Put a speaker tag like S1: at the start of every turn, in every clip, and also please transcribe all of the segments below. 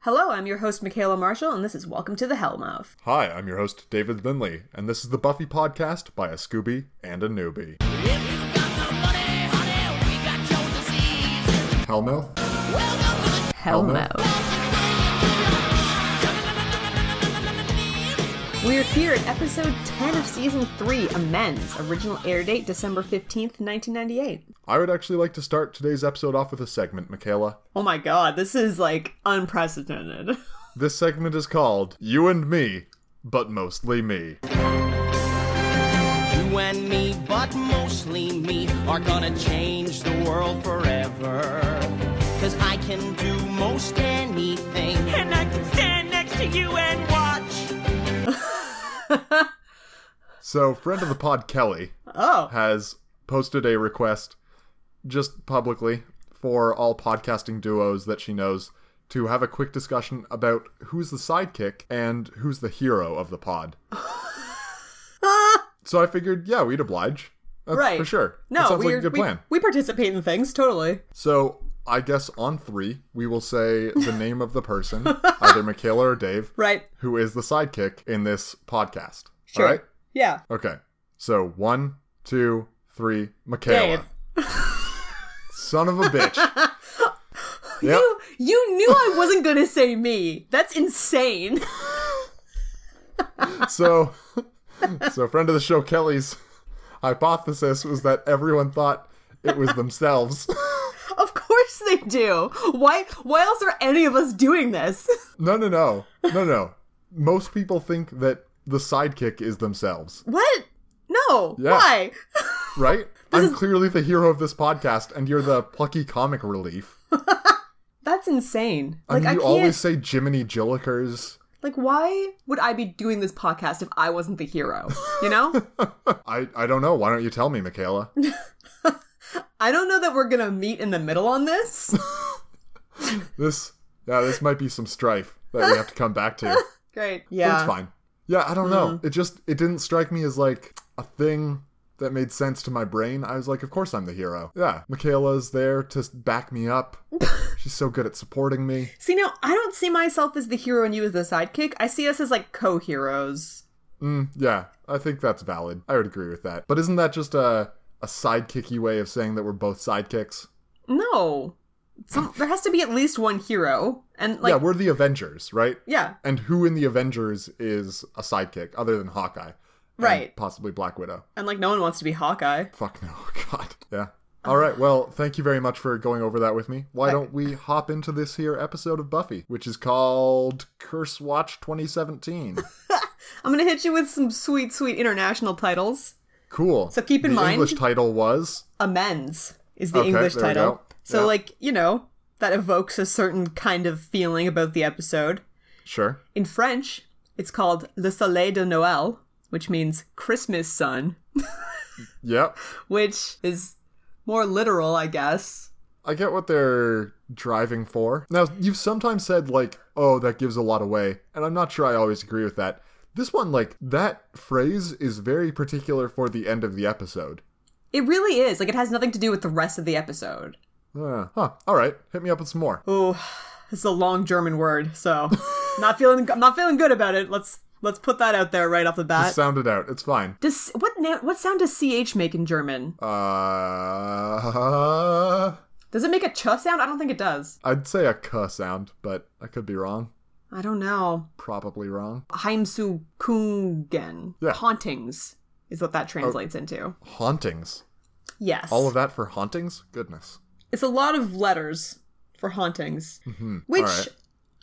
S1: Hello, I'm your host, Michaela Marshall, and this is Welcome to the Hellmouth.
S2: Hi, I'm your host, David Lindley, and this is the Buffy podcast by a Scooby and a newbie.
S3: If you got no money, honey, we got your disease.
S2: Hellmouth?
S3: Welcome to the
S1: Hellmouth. We are here at episode 10 of season 3, Amends, original air date December 15th, 1998.
S2: I would actually like to start today's episode off with a segment, Michaela.
S1: Oh my god, this is like unprecedented.
S2: This segment is called You and Me, but Mostly Me.
S4: You and me, but mostly me, are gonna change the world forever. Cause I can do most anything. And I can stand next to you and watch.
S2: So, friend of the pod, Kelly,
S1: Oh,
S2: has posted a request just publicly for all podcasting duos that she knows to have a quick discussion about who's the sidekick and who's the hero of the pod. so I figured, yeah, we'd oblige. That's
S1: right.
S2: For sure. That
S1: No,
S2: sounds like
S1: we're,
S2: a good
S1: we,
S2: plan.
S1: we participate in things, totally.
S2: So I guess on three, we will say the name of the person, either Michaela or Dave,
S1: Right.
S2: who is the sidekick in this podcast.
S1: Sure.
S2: All right?
S1: Yeah.
S2: Okay. So one, two, three, Michaela.
S1: Dave.
S2: Son of a bitch. yep.
S1: You, you knew I wasn't going to say me. That's insane.
S2: So so friend of the show Kelly's hypothesis was that everyone thought it was themselves.
S1: Of course they do. Why why else are any of us doing this?
S2: no no no. No no. Most people think that the sidekick is themselves,
S1: What? No.
S2: Yeah.
S1: Why?
S2: right? I'm clearly the hero of this podcast and you're the plucky comic relief.
S1: That's insane.
S2: And
S1: Like I
S2: you
S1: can't
S2: always say Jiminy Jillikers.
S1: like why would I be doing this podcast if I wasn't the hero? You know?
S2: I, I don't know. Why don't you tell me, Michaela?
S1: I don't know that we're gonna meet in the middle on this.
S2: This yeah, this might be some strife that we have to come back to.
S1: Great.
S2: But
S1: Yeah. Mm-hmm.
S2: It's fine. Yeah, I don't know. It just it didn't strike me as like a thing that made sense to my brain. I was like, of course I'm the hero. Yeah, Michaela's there to s- back me up. She's so good at supporting me.
S1: See now, I don't see myself as the hero and you as the sidekick. I see us as like co heroes.
S2: Mm, yeah, I think that's valid. I would agree with that. But isn't that just a a sidekicky way of saying that we're both sidekicks?
S1: No. Some, there has to be at least one hero. And like
S2: yeah, we're the Avengers, right?
S1: yeah.
S2: And who in the Avengers is a sidekick other than Hawkeye? and
S1: Right.
S2: possibly Black Widow.
S1: And like no one wants to be Hawkeye.
S2: Fuck no, God. Yeah. All right. Well, thank you very much for going over that with me. Why don't we hop into this here episode of Buffy, which is called Curse Watch 2017.
S1: I'm gonna hit you with some sweet, sweet international titles.
S2: Cool.
S1: So keep in
S2: the
S1: mind-
S2: English title was
S1: Amends is the
S2: Okay,
S1: English
S2: there we
S1: title.
S2: go.
S1: So,
S2: Yeah.
S1: like, you know, that evokes a certain kind of feeling about the episode.
S2: sure.
S1: In French, it's called Le Soleil de Noël, which means Christmas sun,
S2: Yep.
S1: which is more literal, I guess.
S2: I get what they're driving for. Now, you've sometimes said like, "Oh, that gives a lot away," and I'm not sure I always agree with that. This one, like that phrase, is very particular for the end of the episode.
S1: It really is. Like, it has nothing to do with the rest of the episode.
S2: Uh, huh. All right. Hit me up with some more.
S1: Oh, this is a long German word, so not feeling I'm not feeling good about it. Let's let's put that out there right off the bat.
S2: Sound it out. It's fine.
S1: Does what na- what sound does ch make in German?
S2: Uh,
S1: Does it make a ch sound? I don't think it does.
S2: I'd say a k sound, but I could be wrong.
S1: I don't know.
S2: Probably wrong.
S1: Heimsuchungen.
S2: Yeah.
S1: Hauntings is what that translates into.
S2: Hauntings.
S1: Yes.
S2: All of that for hauntings? Goodness.
S1: it's a lot of letters for hauntings.
S2: Mm-hmm.
S1: Which
S2: Alright.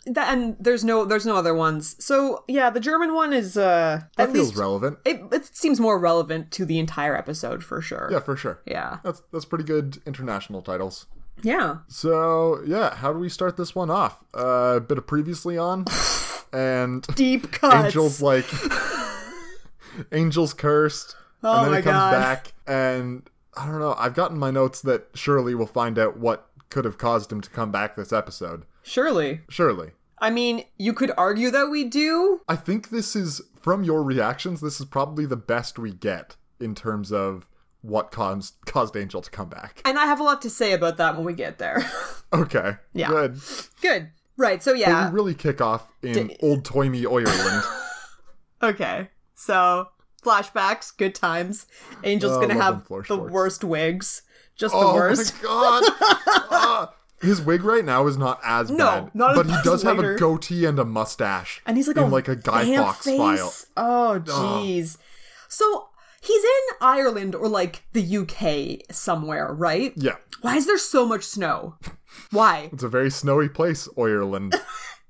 S1: that, and there's no there's no other ones. So yeah, the German one is uh
S2: That
S1: at
S2: feels
S1: least
S2: relevant.
S1: it, it seems more relevant to the entire episode for sure.
S2: Yeah, for sure.
S1: Yeah.
S2: That's that's pretty good international titles.
S1: Yeah.
S2: So yeah, how do we start this one off? A uh, bit of previously on, and
S1: Deep cuts.
S2: angels like angels cursed,
S1: Oh
S2: and then
S1: my
S2: it comes
S1: God.
S2: back, and I don't know. I've gotten my notes that surely we'll find out what could have caused him to come back this episode.
S1: Surely.
S2: Surely,
S1: I mean, you could argue that we do.
S2: I think this is from your reactions. This is probably the best we get in terms of what caused caused Angel to come back.
S1: And I have a lot to say about that when we get there.
S2: Okay.
S1: Yeah.
S2: Good.
S1: Good. Right. So yeah.
S2: We really kick off in
S1: D-
S2: old Toimy Oyerland.
S1: Okay. So flashbacks, good times. Angel's
S2: Oh,
S1: gonna
S2: love
S1: have
S2: them floor
S1: the
S2: sports.
S1: worst wigs. Just the
S2: oh
S1: worst.
S2: my god! Ah. his wig right now is not as
S1: No,
S2: bad,
S1: not as
S2: but
S1: bad
S2: he
S1: as
S2: does have
S1: later.
S2: a goatee and a mustache,
S1: And he's like
S2: in
S1: a
S2: like a Guy
S1: vamp
S2: Fox
S1: face.
S2: file.
S1: Oh jeez. So he's in Ireland or like the UK somewhere, right?
S2: Yeah,
S1: Why is there so much snow? Why
S2: it's a very snowy place, Oyerland.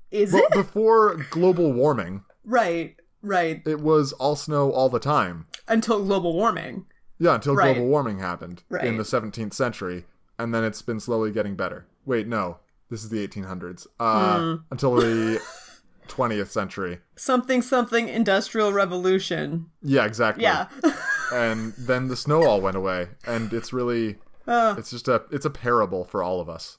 S1: is
S2: but
S1: it?
S2: before global warming,
S1: Right. Right.
S2: it was all snow all the time.
S1: Until global warming.
S2: Yeah, until
S1: Right.
S2: global warming happened in
S1: Right.
S2: the 17th century, and then it's been slowly getting better. Wait, no, this is the 1800s. Uh,
S1: Hmm.
S2: Until the 20th century.
S1: Something something industrial revolution.
S2: Yeah, exactly.
S1: Yeah.
S2: and then the snow all went away, and it's really,
S1: Ah.
S2: it's just a, it's a parable for all of us.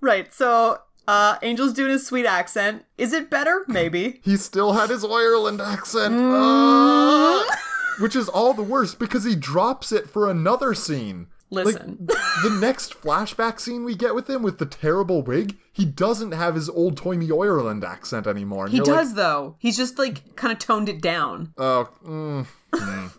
S1: right. So uh Angel's doing his sweet accent. Is it better? Maybe.
S2: He still had his Ireland accent,
S1: Mm.
S2: Ah! which is all the worse because he drops it for another scene. Like,
S1: Listen.
S2: the next flashback scene we get with him with the terrible wig, he doesn't have his old Toimy Ireland accent anymore. And
S1: He
S2: you're
S1: does
S2: Like,
S1: though. He's just like kind of toned it down.
S2: oh, mm, mm."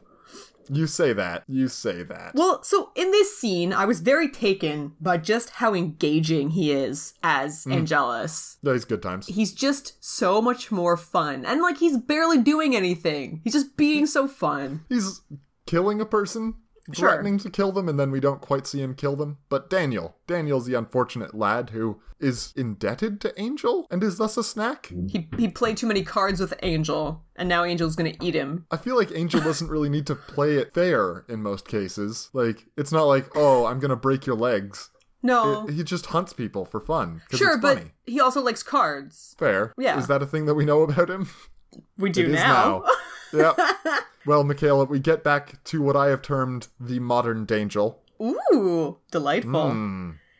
S2: you say that. You say that.
S1: well, so in this scene, I was very taken by just how engaging he is as Angelus.
S2: Those good times.
S1: He's just so much more fun, and like he's barely doing anything. He's just being so fun.
S2: He's killing a person,
S1: Sure.
S2: threatening to kill them, and then we don't quite see him kill them. But Daniel, Daniel's the unfortunate lad who is indebted to Angel and is thus a snack.
S1: He he played too many cards with Angel, and now Angel's gonna eat him.
S2: I feel like Angel doesn't really need to play it fair in most cases. Like, it's not like, oh, I'm gonna break your legs.
S1: No,
S2: He just hunts people for fun. 'cause
S1: Oh. sure,
S2: it's
S1: but
S2: funny.
S1: he also likes cards.
S2: fair.
S1: Yeah.
S2: Is that a thing that we know about him?
S1: We do
S2: It is
S1: now.
S2: now. yeah. Well, Michaela, we get back to what I have termed the modern Dangel.
S1: Ooh, delightful.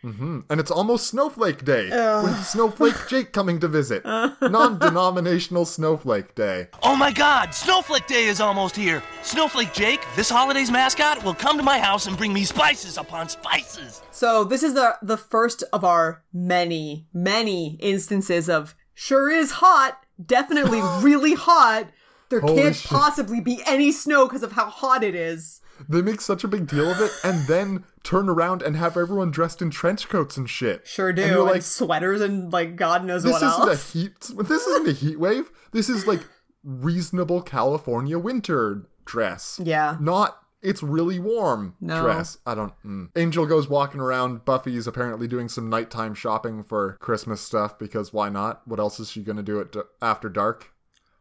S2: Hmm. And it's almost Snowflake Day with Snowflake Jake coming to visit. Non denominational Snowflake Day.
S5: Oh my god, Snowflake Day is almost here! Snowflake Jake, this holiday's mascot, will come to my house and bring me spices upon spices!
S1: So this is the the first of our many, many instances of sure is hot, definitely really hot. There
S2: Holy
S1: can't
S2: shit.
S1: possibly be any snow because of how hot it is.
S2: They make such a big deal of it and then turn around and have everyone dressed in trench coats and shit.
S1: Sure do.
S2: And you're
S1: like
S2: like,
S1: sweaters and like God knows
S2: this
S1: what
S2: isn't
S1: else.
S2: a heat this isn't a heat wave this is like reasonable california winter dress
S1: Yeah.
S2: not it's really warm
S1: No.
S2: dress i don't mm. angel goes walking around buffy's apparently doing some nighttime shopping for christmas stuff because why not what else is she gonna do at d- after dark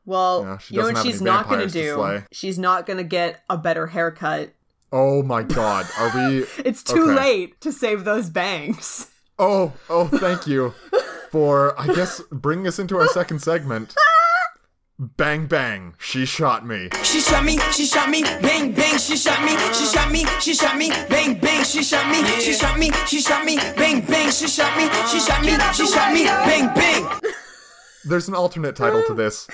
S1: Well,
S2: Yeah, she
S1: you know what
S2: doesn't have any
S1: she's not gonna
S2: vampires to
S1: do?
S2: slay.
S1: She's not gonna get a better haircut.
S2: oh my god are we
S1: It's too
S2: Okay.
S1: late to save those bangs.
S2: oh oh thank you for i guess bringing us into our second segment bang bang she shot me
S6: She shot me, she shot me, bang bang. She shot me, she shot me, she shot me, bang bang. She shot me, she shot me, she shot me, bang bang. She shot me, she shot me, she shot me, bang bang.
S2: there's an alternate title to this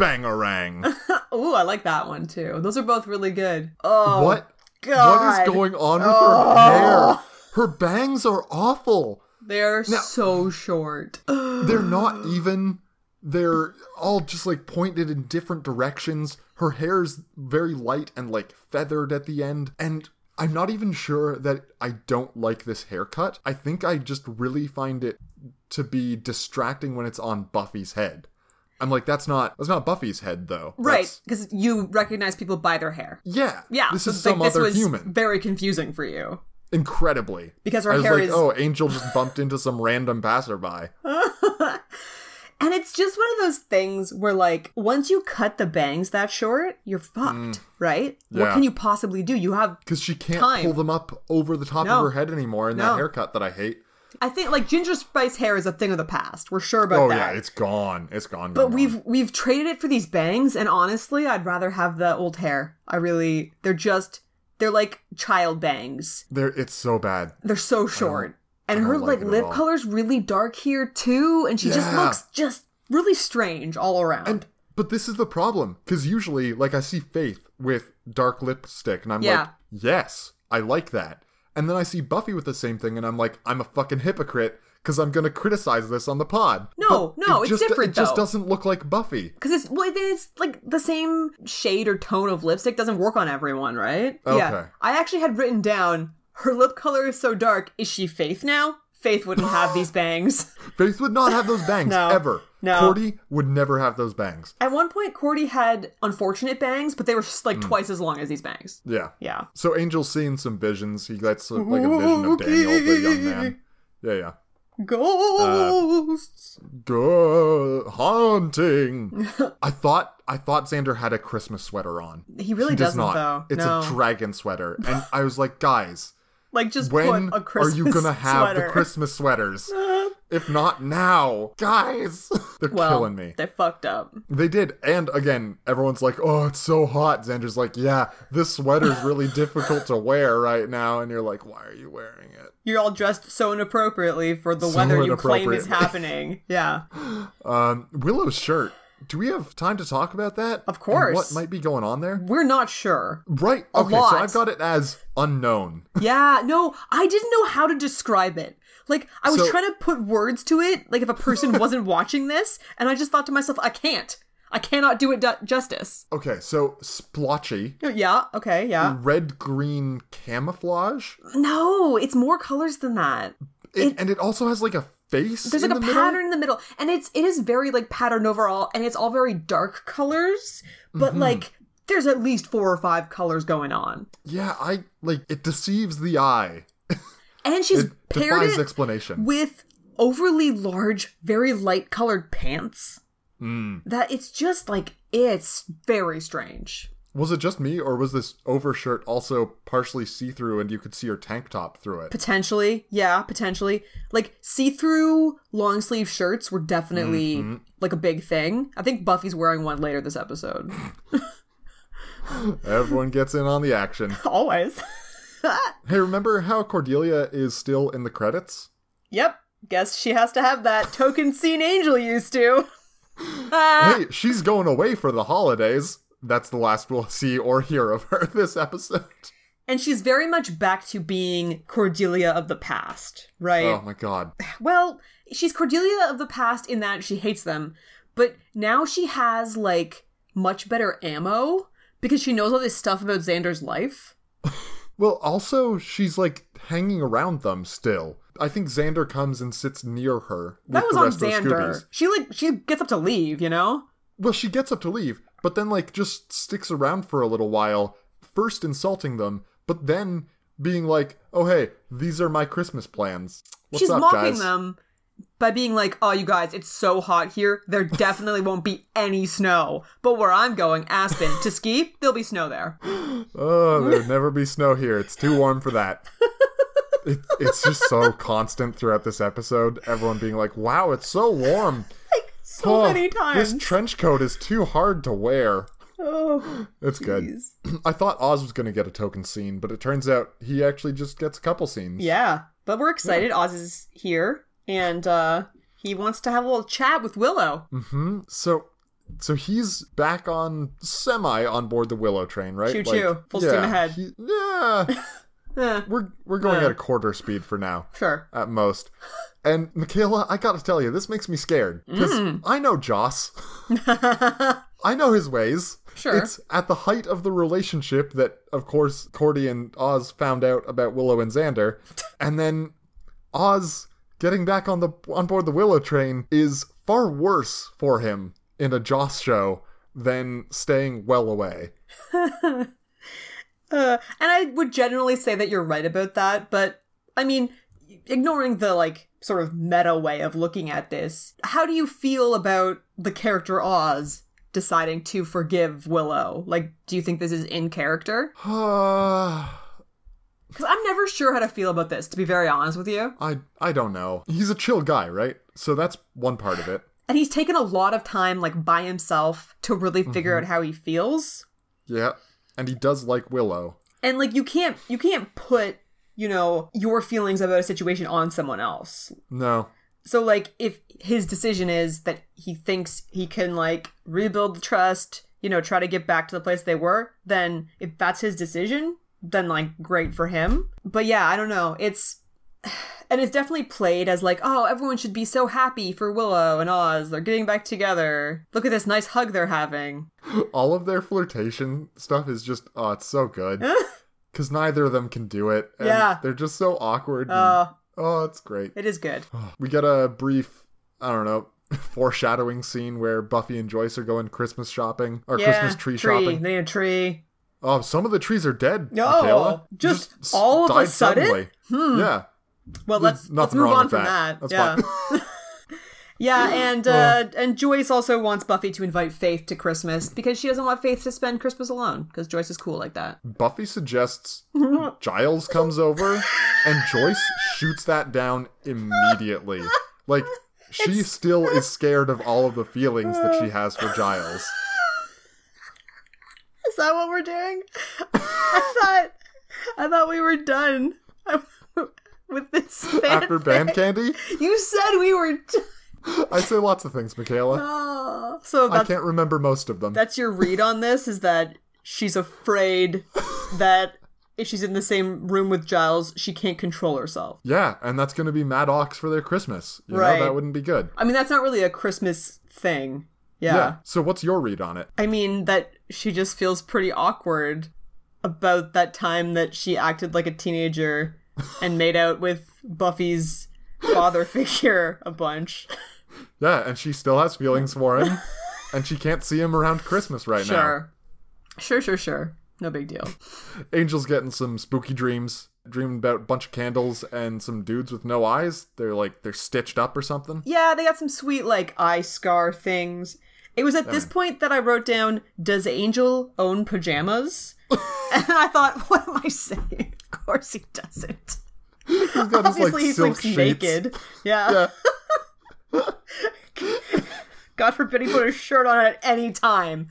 S2: bangarang
S1: Ooh, I like that one too. Those are both really good. Oh
S2: What?
S1: God. Oh.
S2: What is going on with her hair? Her bangs are awful.
S1: they're so short.
S2: They're not even. They're all just like pointed in different directions. Her hair's very light and like feathered at the end. And I'm not even sure that I don't like this haircut. I think I just really find it to be distracting when it's on Buffy's head. I'm like, that's not that's not Buffy's head though.
S1: Right,
S2: That's-
S1: because you recognize people by their hair.
S2: yeah.
S1: Yeah,
S2: This
S1: so,
S2: is
S1: like,
S2: some
S1: this
S2: other
S1: was
S2: human.
S1: Very confusing for you.
S2: incredibly
S1: Because her
S2: I was
S1: hair
S2: like,
S1: is-
S2: oh angel just bumped into some random passerby
S1: And it's just one of those things where, like, once you cut the bangs that short, you're fucked, right? What
S2: Mm. Yeah.
S1: can you possibly do? You have,
S2: because she can't
S1: Time.
S2: pull them up over the top
S1: No.
S2: of her head anymore in
S1: No.
S2: that haircut that i hate
S1: I think, like, ginger spice hair is a thing of the past. We're sure about
S2: oh
S1: that.
S2: yeah it's gone it's gone
S1: but we've we've traded it for these bangs, and honestly, I'd rather have the old hair. I really, they're just, they're like child bangs.
S2: there it's so bad
S1: They're so short. And her
S2: don't
S1: like,
S2: like it at
S1: lip
S2: all.
S1: color's really dark here too, and she just
S2: Yeah.
S1: looks just really strange all around.
S2: and but this is the problem because usually like i see faith with dark lipstick and i'm like
S1: Yeah.
S2: yes i like that and then i see buffy with the same thing and i'm like i'm a fucking hypocrite because I'm going to criticize this on the pod.
S1: No,
S2: But
S1: no,
S2: it
S1: it's
S2: just,
S1: different,
S2: It just
S1: though.
S2: doesn't look like Buffy.
S1: Because it's well, it's like the same shade or tone of lipstick doesn't work on everyone, right? Yeah.
S2: Okay.
S1: I actually had written down her lip color is so dark. Is she Faith now? Faith wouldn't have these bangs.
S2: Faith would not have those bangs
S1: No.
S2: ever.
S1: No.
S2: Cordy would never have those bangs.
S1: At one point, Cordy had unfortunate bangs, but they were just
S2: Hmm.
S1: like twice as long as these bangs.
S2: Yeah.
S1: Yeah.
S2: So Angel's seeing some visions. He gets uh, like a vision of Daniel, the young man. Yeah, yeah.
S1: Ghosts.
S2: Duh, haunting. I thought I thought Xander had a Christmas sweater on.
S1: he really
S2: does
S1: doesn't
S2: not.
S1: though.
S2: It's
S1: no.
S2: a dragon sweater, and I was like, guys,
S1: like just
S2: when
S1: put a
S2: are
S1: Christmas
S2: you gonna have
S1: sweater.
S2: the Christmas sweaters? if not now, guys, they're
S1: Well,
S2: killing me.
S1: They fucked up.
S2: They did, and again, everyone's like, "Oh, it's so hot." Xander's like, "Yeah, this sweater's really difficult to wear right now," and you're like, "Why are you wearing it?"
S1: You're all dressed so inappropriately for the
S2: So
S1: weather you claim is
S2: inappropriately.
S1: happening. Yeah.
S2: Um, Willow's shirt. Do we have time to talk about that?
S1: Of course.
S2: And what might be going on there?
S1: We're not sure.
S2: Right.
S1: A
S2: okay,
S1: lot.
S2: so I've got it as unknown.
S1: Yeah, no, I didn't know how to describe it. Like, I was
S2: So-
S1: trying to put words to it, like if a person wasn't watching this, and I just thought to myself, I can't. I cannot do it du- justice.
S2: Okay, so splotchy,
S1: Yeah, okay, yeah.
S2: red green camouflage,
S1: No, it's more colors than that.
S2: it, and it also has like a face.
S1: There's
S2: in
S1: like a
S2: the middle.
S1: pattern in the middle, and it's it is very like patterned overall, and it's all very dark colors, but
S2: Mm-hmm.
S1: like there's at least four or five colors going on.
S2: Yeah, I like it deceives the eye.
S1: And she's
S2: It
S1: paired
S2: defies
S1: it
S2: explanation.
S1: with overly large, very light colored pants.
S2: Hmm.
S1: That it's just like it's very strange.
S2: Was it just me, or was this overshirt also partially see through and you could see her tank top through it?
S1: Potentially, yeah, potentially. Like see through long sleeve shirts were definitely
S2: Mm-hmm.
S1: like a big thing. I think Buffy's wearing one later this episode.
S2: Everyone gets in on the action.
S1: Always.
S2: Hey, remember how Cordelia is still in the credits?
S1: Yep. Guess she has to have that token scene Angel used to. Ah.
S2: Hey, she's going away for the holidays. That's the last we'll see or hear of her this episode.
S1: And she's very much back to being Cordelia of the past, right?
S2: Oh my god.
S1: Well, she's Cordelia of the past in that she hates them, but now she has like much better ammo because she knows all this stuff about Xander's life.
S2: Well, also, she's like hanging around them still. I think Xander comes and sits near her. With
S1: That was
S2: the
S1: on
S2: rest of the
S1: Xander.
S2: Scoobies.
S1: She like she gets up to leave, you know?
S2: Well, she gets up to leave, but then, like, just sticks around for a little while, first insulting them, but then being like, oh, hey, these are my Christmas plans. What's
S1: she's
S2: up,
S1: mocking
S2: guys?
S1: them by being like, "Oh, you guys, it's so hot here. There definitely won't be any snow. But where I'm going, Aspen, to ski, there'll be snow there."
S2: Oh, there'll never be snow here. It's too warm for that. It, it's just so constant throughout this episode. Everyone being like, wow, it's so warm.
S1: So
S2: Oh,
S1: many times.
S2: This trench coat is too hard to wear.
S1: oh,
S2: It's good.
S1: jeez.
S2: I thought Oz was going to get a token scene, but it turns out he actually just gets a couple scenes.
S1: Yeah, but we're excited. Oz is here, and uh, he wants to have a little chat with Willow.
S2: So so he's back on semi on board the Willow train, right?
S1: Choo choo. Full steam ahead.
S2: he- yeah.
S1: Eh,
S2: We're we're going
S1: Yeah.
S2: at a quarter speed for now.
S1: sure.
S2: At most. And Michaela, I gotta tell you, this makes me scared. Because I know Joss. I know his ways.
S1: Sure.
S2: It's at the height of the relationship that, of course, Cordy and Oz found out about Willow and Xander. And then Oz getting back on the on board the Willow train is far worse for him in a Joss show than staying well away.
S1: Uh, and I would generally say that you're right about that, but I mean, ignoring the like sort of meta way of looking at this, how do you feel about the character Oz deciding to forgive Willow? Like, do you think this is in character? Because I'm never sure how to feel about this, to be very honest with you.
S2: I I don't know. He's a chill guy, right? So that's one part of it.
S1: And he's taken a lot of time, like by himself, to really figure out how he feels.
S2: Yeah. And he does like Willow.
S1: and like you can't you can't put you know your feelings about a situation on someone else
S2: No.
S1: so like if his decision is that he thinks he can like rebuild the trust you know try to get back to the place they were then if that's his decision then like great for him but yeah i don't know it's and it's definitely played as like, oh, everyone should be so happy for Willow and Oz. They're getting back together. Look at this nice hug they're having.
S2: All of their flirtation stuff is just oh, it's so good. Because neither of them can do it. and
S1: Yeah.
S2: They're just so awkward. and-
S1: Oh,
S2: oh, it's great.
S1: it is good.
S2: We get a brief, I don't know, foreshadowing scene where Buffy and Joyce are going Christmas shopping or Christmas tree, shopping.
S1: They need a tree.
S2: Oh, some of the trees are dead.
S1: No,
S2: Michaela.
S1: just
S2: s-
S1: all of a
S2: died
S1: sudden? Hmm.
S2: suddenly. Yeah.
S1: Well, let's
S2: nothing
S1: let's move
S2: wrong
S1: on
S2: with
S1: from
S2: that.
S1: that.
S2: That's
S1: yeah. yeah, and uh, and Joyce also wants Buffy to invite Faith to Christmas because she doesn't want Faith to spend Christmas alone because Joyce is cool like that.
S2: Buffy suggests Giles comes over and Joyce shoots that down immediately. Like, she still is scared of all of the feelings that she has for Giles.
S1: Is that what we're doing? I thought I thought we were done with this.
S2: After Band Candy,
S1: you said we were done.
S2: I say lots of things, Michaela.
S1: oh. So
S2: I
S1: that's
S2: can't remember most of them.
S1: that's your read on this is that she's afraid that if she's in the same room with Giles, she can't control herself.
S2: Yeah, and that's going to be Mad Ox for their Christmas. You
S1: Right.
S2: know, that wouldn't be good.
S1: I mean, that's not really a Christmas thing. Yeah.
S2: Yeah. So what's your read on it?
S1: I mean, that she just feels pretty awkward about that time that she acted like a teenager and made out with Buffy's father figure a bunch.
S2: Yeah, and she still has feelings for him, and she can't see him around Christmas right
S1: Sure. Sure, sure, sure. No big deal.
S2: now. Angel's getting some spooky dreams, dreaming about a bunch of candles and some dudes with no eyes. They're like they're stitched up or something.
S1: Yeah, they got some sweet, like, eye scar things. It was at this point that I wrote down, Does Angel own pajamas? and I thought, What am I saying? Of course he doesn't.
S2: He's got his,
S1: Obviously, he
S2: silk
S1: sleeps
S2: sheets.
S1: naked. Yeah.
S2: Yeah.
S1: God forbid he put a shirt on at any time.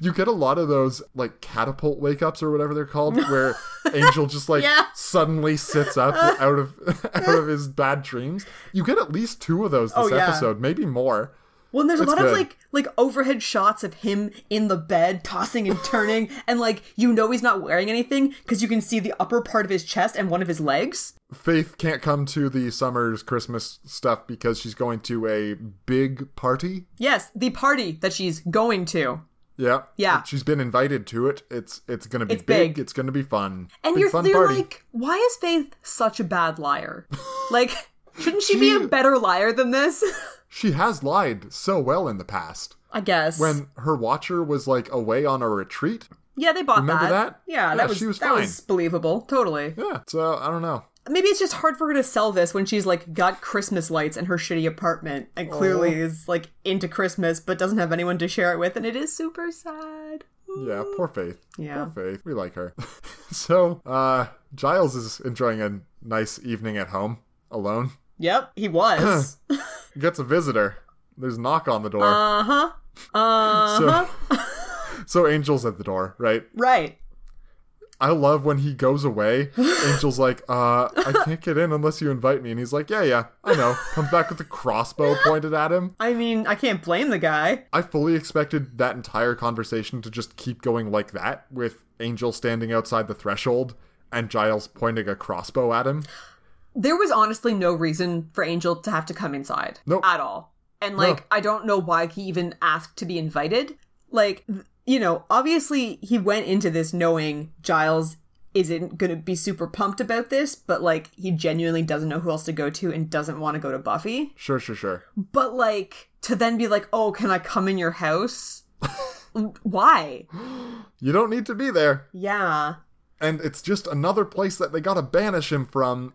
S2: You get a lot of those like catapult wake ups or whatever they're called, where Angel just like
S1: Yeah.
S2: suddenly sits up out of out of his bad dreams. You get at least two of those this
S1: Oh, yeah.
S2: episode, maybe more.
S1: Well, and there's a
S2: It's
S1: lot of
S2: good.
S1: like like overhead shots of him in the bed tossing and turning, and like you know he's not wearing anything because you can see the upper part of his chest and one of his legs.
S2: Faith can't come to the summer's Christmas stuff because she's going to a big party.
S1: Yes, the party that she's going to.
S2: Yeah.
S1: Yeah.
S2: She's been invited to it. It's it's gonna be
S1: It's
S2: big.
S1: big.
S2: It's gonna be fun.
S1: And
S2: big
S1: you're,
S2: fun
S1: you're
S2: party.
S1: like, why is Faith such a bad liar? Like, shouldn't she be
S2: She-
S1: a better liar than this?
S2: She has lied so well in the past.
S1: I guess.
S2: When her watcher was like away on a retreat.
S1: yeah, they bought
S2: Remember that?
S1: Yeah,
S2: Yeah,
S1: that was,
S2: she was
S1: that was
S2: fine.
S1: believable. Totally.
S2: Yeah. So I don't know.
S1: maybe it's just hard for her to sell this when she's like got Christmas lights in her shitty apartment and clearly
S2: Oh.
S1: is like into Christmas but doesn't have anyone to share it with and it is super sad.
S2: Yeah, poor Faith.
S1: Yeah.
S2: Poor Faith. We like her. so uh Giles is enjoying a nice evening at home alone.
S1: Yep, he was.
S2: Gets a visitor. There's a knock on the door.
S1: uh-huh. Uh
S2: So, so Angel's at the door, right?
S1: right.
S2: I love when he goes away. Angel's like, uh, I can't get in unless you invite me. And he's like, yeah, yeah, I know. Comes back with a crossbow pointed at him.
S1: I mean, I can't blame the guy.
S2: I fully expected that entire conversation to just keep going like that, with Angel standing outside the threshold and Giles pointing a crossbow at him.
S1: There was honestly no reason for Angel to have to come inside
S2: Nope.
S1: at all. And like
S2: No.
S1: I don't know why he even asked to be invited. Like th- you know, obviously he went into this knowing Giles isn't going to be super pumped about this, but like he genuinely doesn't know who else to go to and doesn't want to go to Buffy.
S2: Sure, sure, sure.
S1: But like to then be like, "Oh, can I come in your house?" why?
S2: You don't need to be there.
S1: Yeah.
S2: And it's just another place that they gotta banish him from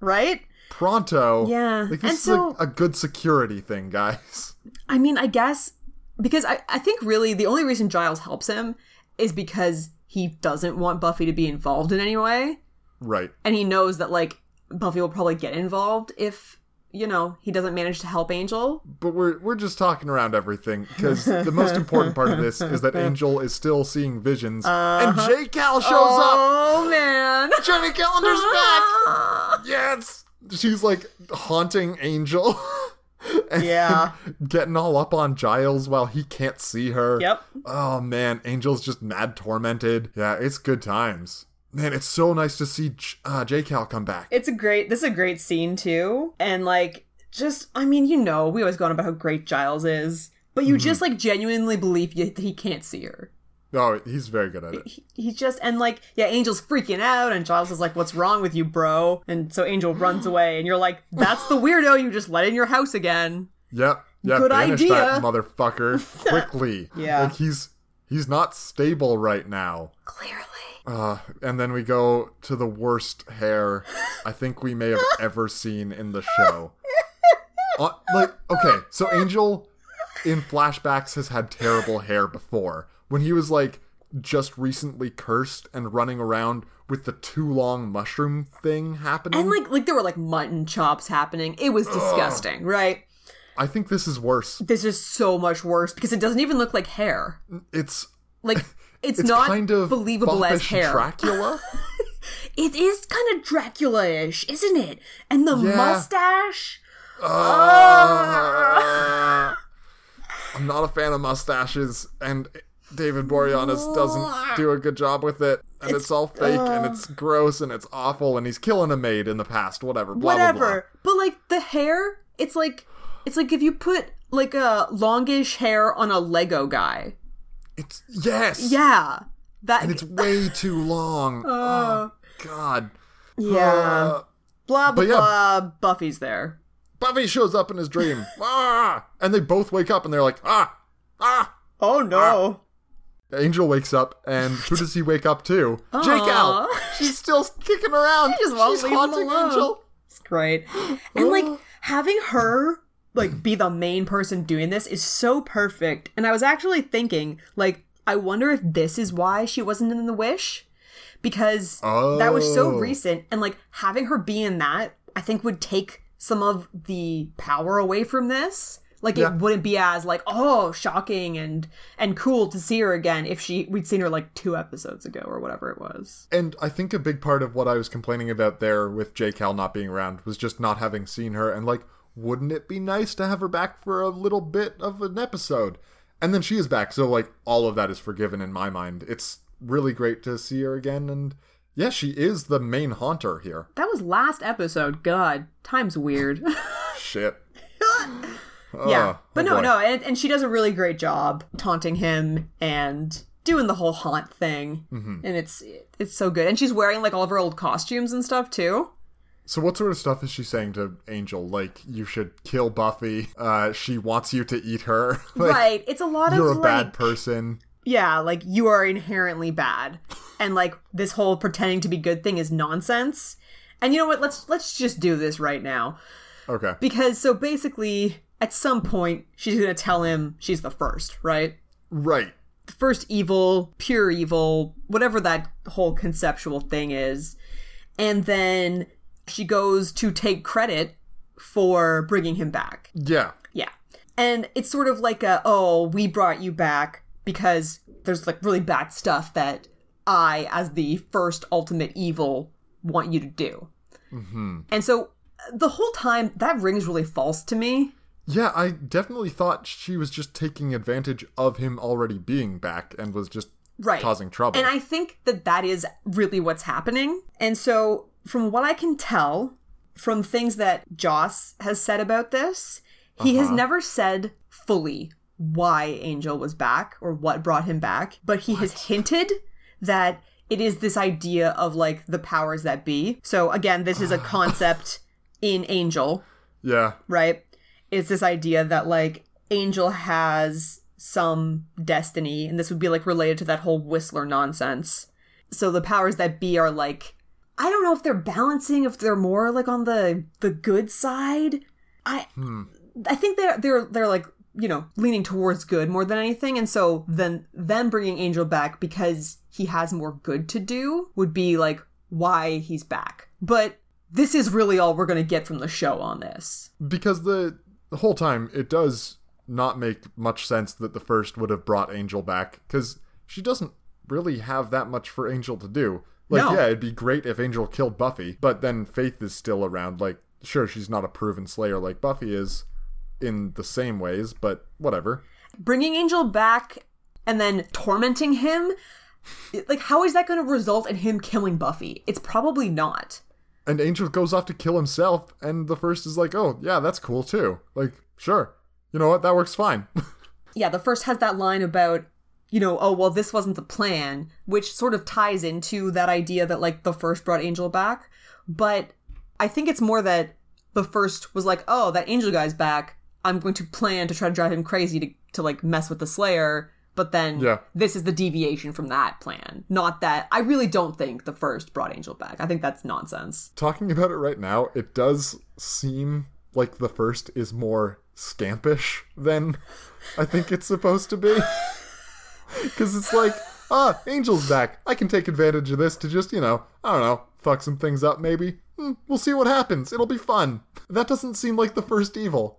S1: Right?
S2: pronto.
S1: Yeah.
S2: Like, this
S1: And
S2: is
S1: so-
S2: a, a good security thing, guys.
S1: I mean, I guess because I, I think really the only reason Giles helps him is because he doesn't want Buffy to be involved in any way.
S2: Right.
S1: And he knows that, like, Buffy will probably get involved if, you know, he doesn't manage to help Angel.
S2: but we're we're just talking around everything because the most important part of this is that Angel is still seeing visions, and J Cal shows
S1: Uh-huh. Oh, man.
S2: up. Jenny Calendar's back. Yes, she's like haunting Angel, and
S1: Yeah.
S2: getting all up on Giles while he can't see her.
S1: Yep.
S2: Oh man, Angel's just mad tormented. Yeah, it's good times. Man, it's so nice to see J- uh, J-Cal come back.
S1: It's a great. This is a great scene too, and like just I mean, you know, we always go on about how great Giles is, but you just like genuinely believe y- that he can't see her.
S2: oh, he's very good at it.
S1: He, he just and like yeah, Angel's freaking out, and Giles is like, "What's wrong with you, bro?" And so Angel runs away, and you're like, "That's the weirdo you just let in your house again."
S2: Yep. Yeah,
S1: Good
S2: banish
S1: idea.
S2: that motherfucker quickly.
S1: Yeah.
S2: Like he's he's not stable right now.
S1: Clearly,
S2: Uh, and then we go to the worst hair I think we may have ever seen in the show. Uh, like, okay, so Angel in flashbacks has had terrible hair before. When he was like just recently cursed and running around with the too long mushroom thing happening.
S1: and like like there were like mutton chops happening. It was disgusting, right?
S2: I think this is worse.
S1: This is so much worse because it doesn't even look like hair.
S2: It's
S1: Like it's,
S2: it's
S1: not
S2: kind of
S1: believable as
S2: foppish
S1: hair.
S2: Dracula.
S1: It is kind of Dracula-ish, isn't it? And the
S2: Yeah.
S1: mustache.
S2: Uh, I'm not a fan of mustaches, and David Boreanaz doesn't do a good job with it. And it's, all fake, and it's gross, and it's awful, and he's killing a maid in the past. Whatever. Blah, blah, blah.
S1: whatever. But like the hair, it's like it's like if you put like a longish hair on a Lego guy.
S2: It's yes.
S1: Yeah. That
S2: And it's way too long. oh God.
S1: yeah.
S2: Uh,
S1: blah blah
S2: but yeah.
S1: blah. Buffy's there.
S2: Buffy shows up in his dream. ah! And they both wake up, and they're like, ah, ah.
S1: Oh no.
S2: Angel wakes up, and who does he wake up to? Jake Al. She's still kicking around.
S1: just won't
S2: She's
S1: leave him
S2: haunting
S1: alone.
S2: Angel.
S1: It's great. And like having her like be the main person doing this is so perfect. And I was actually thinking like I wonder if this is why she wasn't in the wish because that was so
S2: Oh.
S1: recent and like having her be in that I think would take some of the power away from this. Like
S2: Yeah.
S1: it wouldn't be as like oh shocking and and cool to see her again if she we'd seen her like 2 episodes ago or whatever it was.
S2: And I think a big part of what I was complaining about there with J. Cal not being around was just not having seen her and like, wouldn't it be nice to have her back for a little bit of an episode? And then she is back, so like all of that is forgiven in my mind. It's really great to see her again and yeah, she is the main haunter here.
S1: That was last episode. God, time's weird.
S2: Shit.
S1: Yeah,
S2: Oh,
S1: but
S2: oh
S1: no,
S2: boy.
S1: no, and, and she does a really great job taunting him and doing the whole haunt thing,
S2: Mm-hmm.
S1: and it's it's so good. And she's wearing like all of her old costumes and stuff too.
S2: So what sort of stuff is she saying to Angel? Like you should kill Buffy. Uh she wants you to eat her. like,
S1: right, it's a lot
S2: You're a
S1: of like
S2: bad person.
S1: yeah, like you are inherently bad, and like this whole pretending to be good thing is nonsense. And you know what? Let's let's just do this right now
S2: Okay.
S1: because so basically, at some point, she's gonna tell him she's the first, right?
S2: right.
S1: first evil, pure evil, whatever that whole conceptual thing is. And then she goes to take credit for bringing him back.
S2: Yeah.
S1: Yeah. And it's sort of like a, oh, we brought you back because there's like really bad stuff that I, as the first ultimate evil, want you to do. And so uh, the whole time, that rings really false to me.
S2: Yeah, I definitely thought she was just taking advantage of him already being back and was just
S1: right.
S2: causing trouble.
S1: And I think that that is really what's happening. And so, from what I can tell, from things that Joss has said about this, he has never said fully why Angel was back or what brought him back, but he has hinted that it is this idea of like the powers that be. So, again, this is a concept in Angel
S2: yeah,
S1: right? It's this idea that like Angel has some destiny, and this would be like related to that whole Whistler nonsense. So the powers that be are like, I don't know if they're balancing, if they're more like on the the good side. I I think they're they're they're like you know leaning towards good more than anything, and so then them bringing Angel back because he has more good to do would be like why he's back. But this is really all we're gonna get from the show on this.
S2: because the, the whole time it does not make much sense that the first would have brought Angel back because she doesn't really have that much for Angel to do. Like,
S1: No.
S2: yeah, it'd be great if Angel killed Buffy, but then Faith is still around. Like, sure, she's not a proven slayer like Buffy is in the same ways, but whatever.
S1: bringing Angel back and then tormenting him Like, how is that going to result in him killing Buffy? It's probably not.
S2: And Angel goes off to kill himself, and the first is like, oh, yeah, that's cool too. Like, sure. You know what? That works fine.
S1: yeah, the first has that line about, you know, oh, well, this wasn't the plan, which sort of ties into that idea that, like, the first brought Angel back. But I think it's more that the first was like, oh, that Angel guy's back. I'm going to plan to try to drive him crazy to, to like, mess with the Slayer. But then
S2: Yeah.
S1: this is the deviation from that plan. Not that I really don't think the first brought Angel back. I think that's nonsense.
S2: Talking about it right now, it does seem like the first is more scampish than I think it's supposed to be. Because it's like, ah, Angel's back. I can take advantage of this to just, you know, I don't know, fuck some things up maybe. Hmm, we'll see what happens. It'll be fun. That doesn't seem like the first evil.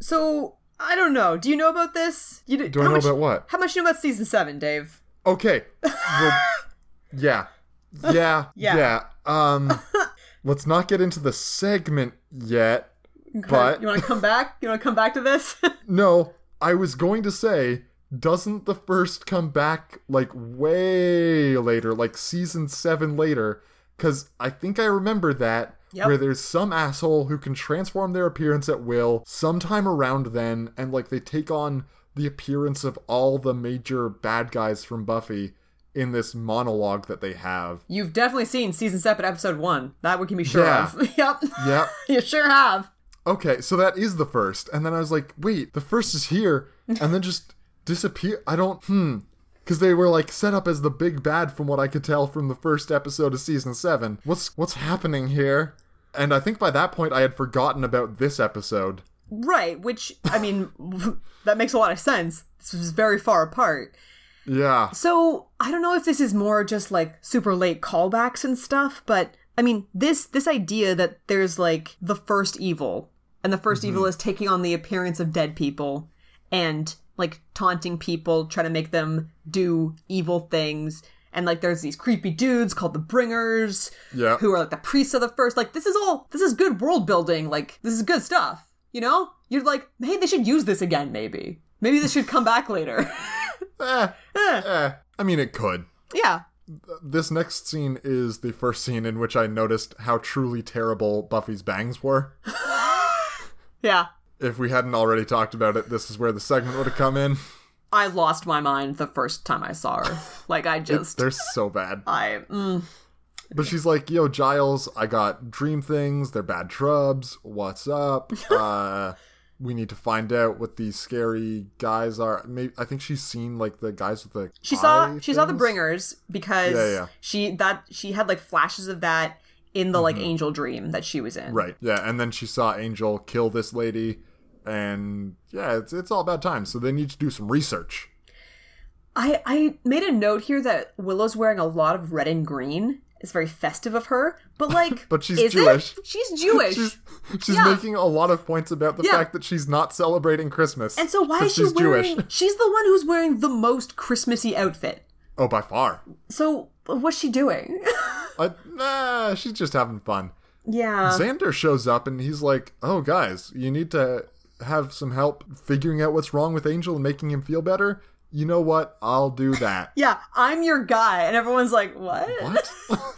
S1: So I don't know. Do you know about this? You d-
S2: Do I
S1: how
S2: know
S1: much-
S2: about what?
S1: How much do you know about season seven, Dave?
S2: Okay. Well, yeah. Yeah.
S1: Yeah.
S2: Yeah. Um let's not get into the segment yet. But
S1: you want to come back? You want to come back to this?
S2: no, I was going to say doesn't the first come back like way later, like season 7 later cuz I think I remember that
S1: Yep.
S2: where there's some asshole who can transform their appearance at will sometime around then and like they take on the appearance of all the major bad guys from Buffy in this monologue that they have.
S1: You've definitely seen season seven, episode one. That we can be sure
S2: Yeah.
S1: of. yep.
S2: Yep.
S1: You sure have.
S2: okay, so that is the first. And then I was like, wait, the first is here, and then just disappear. I don't, hmm. Because they were like set up as the big bad, from what I could tell from the first episode of season seven. What's what's happening here? And I think by that point I had forgotten about this episode.
S1: Right. Which I mean, that makes a lot of sense. This was very far apart.
S2: Yeah,
S1: So I don't know if this is more just like super late callbacks and stuff, but I mean this this idea that there's like the first evil, and the 1st evil is taking on the appearance of dead people and like taunting people, trying to make them do evil things. And like there's these creepy dudes called the Bringers,
S2: Yeah.
S1: who are like the priests of the first. Like this is all this is good world building. Like this is good stuff. You know, you're like, hey, they should use this again. Maybe, maybe this should come back later.
S2: eh, eh. I mean it could.
S1: yeah,
S2: This next scene is the first scene in which I noticed how truly terrible Buffy's bangs were.
S1: yeah.
S2: If we hadn't already talked about it, this is where the segment would have come in.
S1: I lost my mind the first time I saw her. Like I just,
S2: They're so bad.
S1: I, mm,
S2: But she's like, yo, Giles, I got dream things. They're bad trubs. What's up? Uh, we need to find out what these scary guys are. Maybe, I think she's seen like the guys with the.
S1: she saw
S2: eye
S1: she saw the
S2: things.
S1: bringers because
S2: Yeah, yeah.
S1: she that she had like flashes of that in the like angel dream that she was in.
S2: Mm-hmm. Right. Yeah, and then she saw Angel kill this lady, and yeah, it's it's all about time. So they need to do some research.
S1: I I made a note here that Willow's wearing a lot of red and green. It's very festive of her, but like,
S2: But she's
S1: is it?
S2: Jewish.
S1: She's Jewish.
S2: She's she's
S1: Yeah.
S2: making a lot of points about the
S1: Yeah.
S2: fact that she's not celebrating Christmas.
S1: And so why
S2: 'cause
S1: is she
S2: she's
S1: wearing?
S2: Jewish?
S1: She's the one who's wearing the most Christmassy outfit.
S2: Oh, by far.
S1: So what's she doing?
S2: I, nah, she's just having fun.
S1: yeah.
S2: Xander shows up and he's like, "Oh, guys, you need to have some help figuring out what's wrong with Angel and making him feel better. You know what? I'll do that."
S1: yeah, I'm your guy. And everyone's like, what?
S2: What?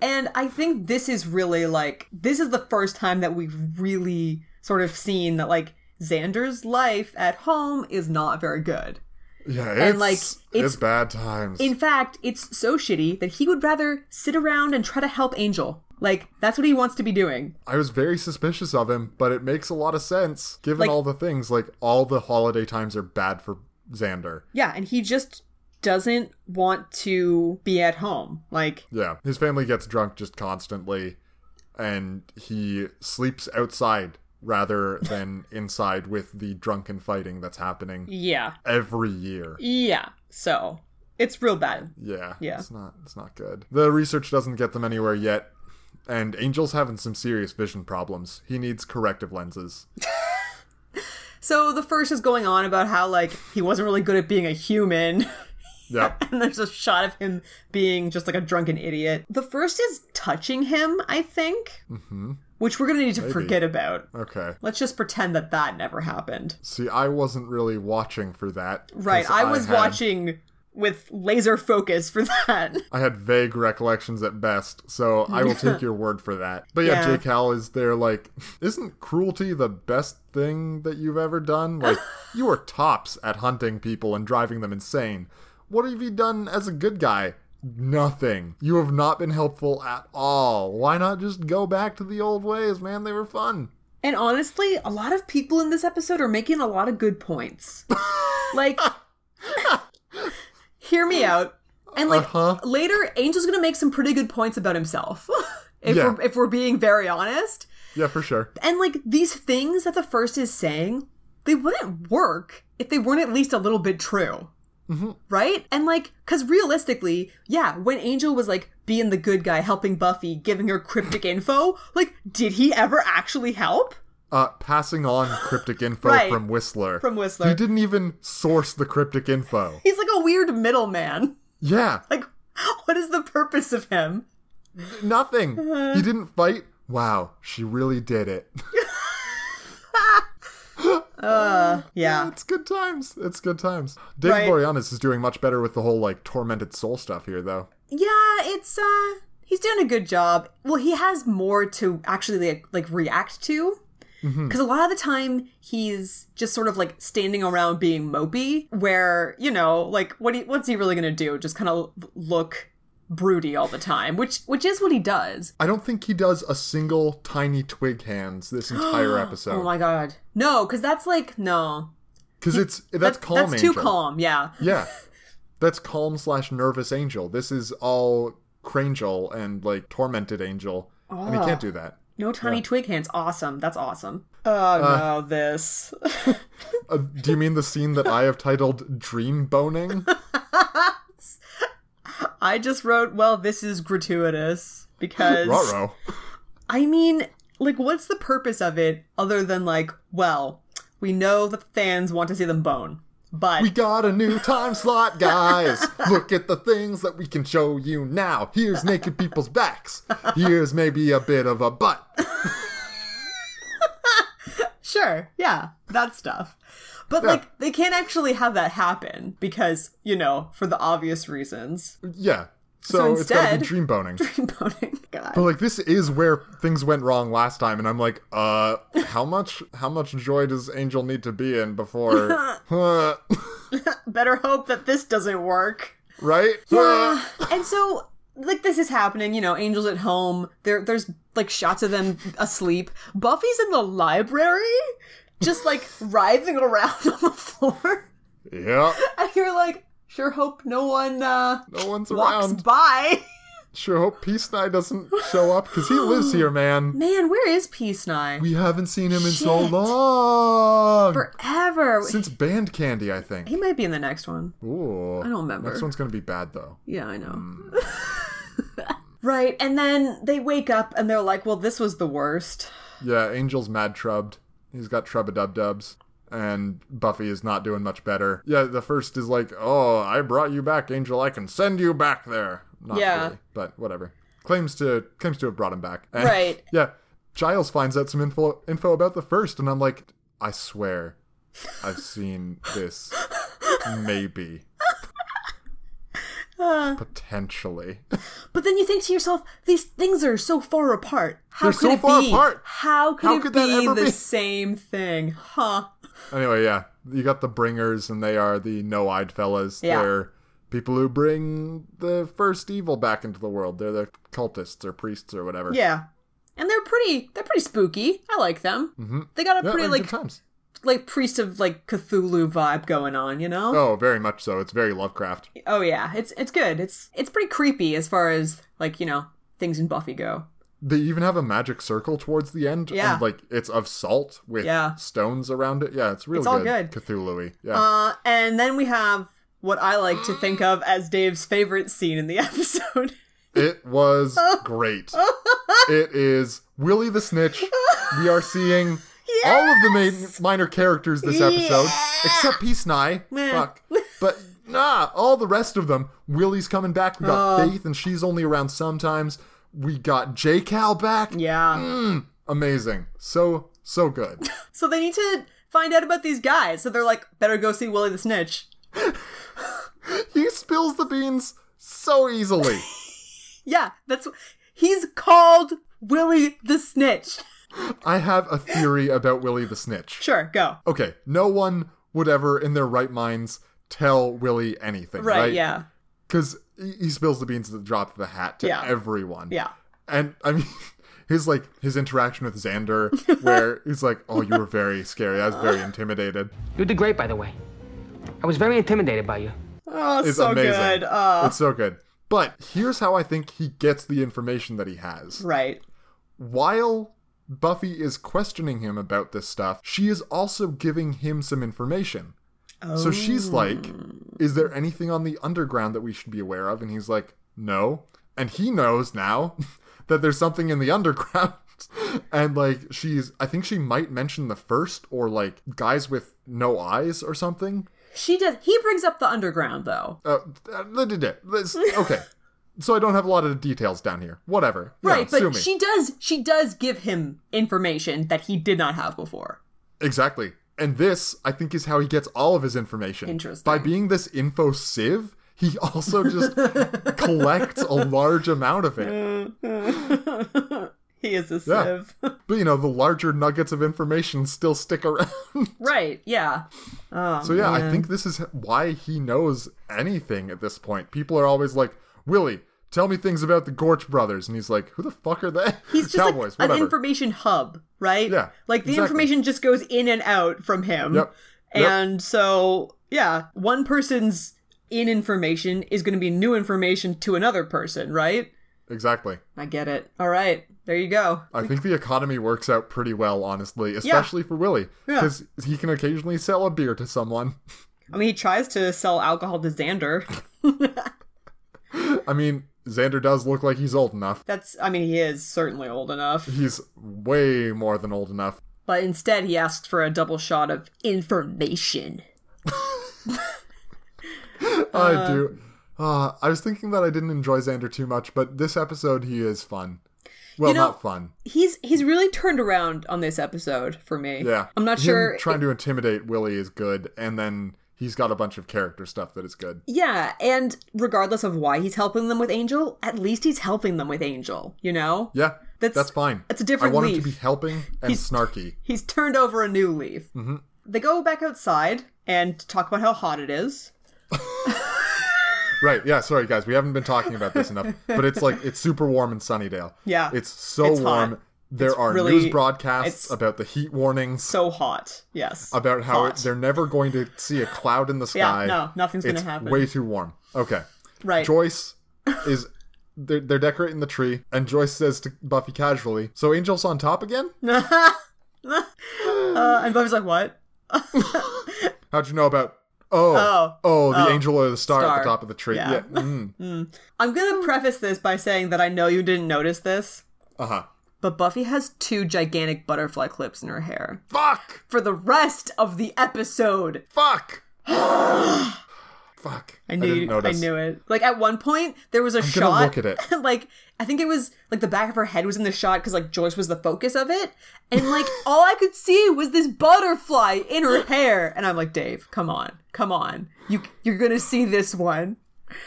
S1: And I think this is really like, this is the first time that we've really sort of seen that like Xander's life at home is not very good.
S2: yeah, it's,
S1: And, like,
S2: it's
S1: it's-
S2: bad times.
S1: In fact, it's so shitty that he would rather sit around and try to help Angel. Like, that's what he wants to be doing.
S2: I was very suspicious of him, but it makes a lot of sense given
S1: Like-
S2: all the things. Like all the holiday times are bad for Xander.
S1: Yeah, and he just doesn't want to be at home. Like,
S2: Yeah, his family gets drunk just constantly, and he sleeps outside rather than inside with the drunken fighting that's happening
S1: yeah,
S2: every year.
S1: yeah. So, it's real bad.
S2: Yeah.
S1: Yeah.
S2: It's not it's not good. The research doesn't get them anywhere yet. And Angel's having some serious vision problems. He needs corrective lenses.
S1: So, the first is going on about how, like, he wasn't really good at being a human.
S2: Yep.
S1: and there's a shot of him being just like a drunken idiot. The first is touching him, I think, mm-hmm. which we're gonna need to forget about.
S2: Okay.
S1: Let's just pretend that that never happened.
S2: See, I wasn't really watching for that. 'cause
S1: Right? I was
S2: had-
S1: watching with laser focus for that.
S2: I had vague recollections at best, so I will take your word for that. But yeah,
S1: Yeah.
S2: Jake Howell is there like, isn't cruelty the best thing that you've ever done? Like, you were tops at hunting people and driving them insane. What have you done as a good guy? Nothing. You have not been helpful at all. Why not just go back to the old ways, man? They were fun.
S1: And honestly, a lot of people in this episode are making a lot of good points. like, hear me out. And like
S2: Uh-huh.
S1: later, Angel's gonna make some pretty good points about himself. if
S2: Yeah.
S1: we're if we're being very honest.
S2: Yeah, for sure.
S1: And like these things that the first is saying, they wouldn't work if they weren't at least a little bit true. Right? And like, because realistically, yeah, when Angel was like being the good guy, helping Buffy, giving her cryptic info, like, did he ever actually help?
S2: Uh, passing on cryptic info
S1: Right.
S2: from Whistler.
S1: From Whistler.
S2: He didn't even source the cryptic info.
S1: He's like a weird middleman.
S2: Yeah.
S1: Like, what is the purpose of him?
S2: Nothing.
S1: Uh-huh.
S2: He didn't fight. Wow, she really did it.
S1: Yeah.
S2: it's good times. It's good times. Dave
S1: Right.
S2: Boreanaz is doing much better with the whole like tormented soul stuff here, though.
S1: Yeah, it's, uh, he's doing a good job. Well, he has more to actually, like, like react to.
S2: Mm-hmm.
S1: Because a lot of the time he's just sort of like standing around being mopey, where you know, like, what he, what's he really gonna do? Just kind of look broody all the time, which which is what he does.
S2: I don't think he does a single tiny twig hands this entire
S1: Oh
S2: episode
S1: my god, no, because that's like no,
S2: because it's that's calm.
S1: That's too
S2: Angel.
S1: calm. Yeah,
S2: Yeah, that's calm slash nervous angel. This is all crangel and like tormented angel, and
S1: Ah.
S2: he can't do that.
S1: no tiny twig hands. Awesome. That's awesome. Oh no, this.
S2: Uh, do you mean the scene that I have titled "Dream Boning"?
S1: I just wrote, well, this is gratuitous because
S2: Raro.
S1: I mean, like, what's the purpose of it other than like, well, we know the fans want to see them bone, but
S2: We got a new time slot, guys. Look at the things that we can show you now. Here's naked people's backs. Here's maybe a bit of a butt.
S1: sure, yeah, that stuff. But
S2: Yeah.
S1: like, they can't actually have that happen because you know, for the obvious reasons.
S2: Yeah. So,
S1: So
S2: it's gotta
S1: instead-
S2: be dream boning.
S1: Boning, God.
S2: But like this is where things went wrong last time, and I'm like, uh, how much how much joy does Angel need to be in before Huh.
S1: Better hope that this doesn't work.
S2: right?
S1: Yeah.
S2: Huh.
S1: and so like this is happening, you know, Angel's at home. There there's like shots of them asleep. Buffy's in the library, just like writhing around on the floor.
S2: Yeah.
S1: And you're like, sure hope no one uh
S2: No one's
S1: walks
S2: around.
S1: by.
S2: Sure hope Peace Nye doesn't show up because he lives here, man.
S1: Man, where is Peace Nye?
S2: We haven't seen him in so
S1: Shit.
S2: long.
S1: Forever.
S2: Since Band Candy, I think.
S1: he might be in the next one.
S2: Ooh. I
S1: don't remember.
S2: Next one's gonna be bad though.
S1: Yeah, I know.
S2: Mm.
S1: right, and then they wake up and they're like, well, this was the worst.
S2: Yeah, Angel's mad trubbed. He's got trubba dub dubs. And Buffy is not doing much better. Yeah, the first is like, Oh, I brought you back, Angel, I can send you back there. Not
S1: Yeah.
S2: really, but whatever. Claims to claims to have brought him back. And-
S1: Right.
S2: yeah. Giles finds out some info info about the first, and I'm like, I swear, I've seen this maybe.
S1: Uh.
S2: Potentially.
S1: But then you think to yourself, these things are so far apart. How
S2: They're
S1: could
S2: so
S1: it
S2: far
S1: be?
S2: apart.
S1: How could
S2: How
S1: it
S2: could that
S1: be
S2: ever
S1: the
S2: be?
S1: same thing? Huh.
S2: Anyway, yeah, you got the bringers, and they are the no-eyed fellas.
S1: Yeah.
S2: They're people who bring the first evil back into the world. They're the cultists or priests or whatever.
S1: Yeah. And they're pretty they're pretty spooky. I like them. They got a
S2: Mm-hmm. Yeah,
S1: pretty
S2: they're
S1: like
S2: good times.
S1: like priest of like Cthulhu vibe going on, you know?
S2: Oh, very much so. It's very Lovecraft.
S1: Oh, yeah. It's it's good. It's it's pretty creepy as far as like, you know, things in Buffy go.
S2: They even have a magic circle towards the end.
S1: Yeah.
S2: And, like it's of salt with
S1: Yeah.
S2: stones around it. Yeah, it's really
S1: It's all good.
S2: Cthulhu-y. Yeah.
S1: Uh and then we have what I like to think of as Dave's favorite scene in the episode.
S2: It was great. it is Willie the Snitch. We are seeing all of the main, minor characters this episode, except Peace Nye.
S1: Meh.
S2: Fuck. But nah, all the rest of them. Willie's coming back. We got
S1: Oh.
S2: Faith, and she's only around sometimes. We got J Cal back.
S1: yeah.
S2: Amazing. So, so good.
S1: So they need to find out about these guys. So they're like, better go see Willie the Snitch.
S2: He spills the beans so easily.
S1: Yeah, that's he's called Willie the Snitch.
S2: I have a theory about Willie the Snitch.
S1: Sure, go.
S2: Okay, no one would ever in their right minds tell Willie anything, right?
S1: Right, yeah.
S2: Because he spills the beans at the drop of a hat to
S1: Yeah.
S2: everyone.
S1: Yeah.
S2: And I mean, his like his interaction with Xander, where he's like, "Oh, you were very scary. I was very intimidated."
S7: You did great, by the way. I was very intimidated by you.
S1: Oh,
S2: It's
S1: so
S2: amazing.
S1: good. Uh,
S2: It's so good. But here's how I think he gets the information that he has.
S1: right.
S2: While Buffy is questioning him about this stuff, she is also giving him some information. So she's like, Is there anything on the underground that we should be aware of? And he's like, No. And he knows now that there's something in the underground. And like, she's, I think she might mention the first or like guys with no eyes or something.
S1: She does. He brings up the underground though.
S2: Uh, uh, this- okay. So I don't have a lot of details down here. Whatever. Yeah,
S1: right,
S2: sue
S1: but
S2: me.
S1: she does. She does give him information that he did not have before.
S2: Exactly. And this, I think, is how he gets all of his information.
S1: Interesting.
S2: By being this info sieve, he also just collects a large amount of it.
S1: He is a
S2: Yeah.
S1: sieve.
S2: But you know, the larger nuggets of information still stick around.
S1: right. Yeah.
S2: so yeah, I think this is why he knows anything at this point. People are always like, Willie, tell me things about the Gorch brothers. And he's like, who the fuck are they?
S1: He's just
S2: Cowboys,
S1: like an
S2: whatever.
S1: information hub, right?
S2: Yeah,
S1: Like the
S2: exactly.
S1: information just goes in and out from him.
S2: Yep. Yep.
S1: And so, yeah, one person's in information is going to be new information to another person, right?
S2: exactly.
S1: I get it. All right. There you go.
S2: I think the economy works out pretty well, honestly, especially for Willie. Because he can occasionally sell a beer to someone.
S1: I mean, he tries to sell alcohol to Xander.
S2: I mean, Xander does look like he's old enough.
S1: That's, I mean, he is certainly old enough.
S2: He's way more than old enough.
S1: But instead, he asks for a double shot of information.
S2: I do. Uh, I was thinking that I didn't enjoy Xander too much, but this episode he is fun. Well,
S1: You know-
S2: not fun.
S1: He's he's really turned around on this episode for me.
S2: Yeah,
S1: I'm not
S2: Him
S1: sure.
S2: Trying to intimidate Willie is good, and then he's got a bunch of character stuff that is good.
S1: Yeah, and regardless of why he's helping them with Angel, at least he's helping them with Angel, you know?
S2: Yeah,
S1: That's-
S2: that's, fine.
S1: that's a different
S2: I want
S1: leaf.
S2: him to be helping and
S1: He's-
S2: snarky.
S1: He's turned over a new leaf. Mm-hmm. They go back outside and talk about how hot it is.
S2: Right? Yeah. Sorry, guys, we haven't been talking about this enough, but it's like it's super warm in Sunnydale.
S1: Yeah,
S2: it's so
S1: it's hot.
S2: warm. There are
S1: really-
S2: news broadcasts
S1: it's-
S2: about the heat warnings.
S1: So hot, yes.
S2: about how it,
S1: Hot.
S2: they're never going to see a cloud in the
S1: Yeah,
S2: sky.
S1: no, nothing's gonna
S2: it's
S1: happen.
S2: Way too warm. Okay,
S1: right.
S2: Joyce is they're, they're decorating the tree, and Joyce says to Buffy casually, "So Angel's on top again?
S1: uh, and Buffy's like, what?
S2: How'd you know about?" Oh,
S1: Oh,
S2: oh, the angel or the star, at
S1: star.
S2: the top of the tree.
S1: Yeah.
S2: Yeah. mm,
S1: I'm gonna preface this by saying that I know you didn't notice this,
S2: uh-huh.
S1: but Buffy has two gigantic butterfly clips in her hair.
S2: Fuck!
S1: For the rest of the episode,
S2: Fuck! Fuck.
S1: I knew.
S2: didn't
S1: I,
S2: notice.
S1: knew it. Like at one point, there was a
S2: gonna
S1: shot.
S2: look at it.
S1: like I think it was like the back of her head was in the shot because like Joyce was the focus of it, and like all I could see was this butterfly in her hair, and I'm like, Dave, come on, come on, you you're gonna see this one.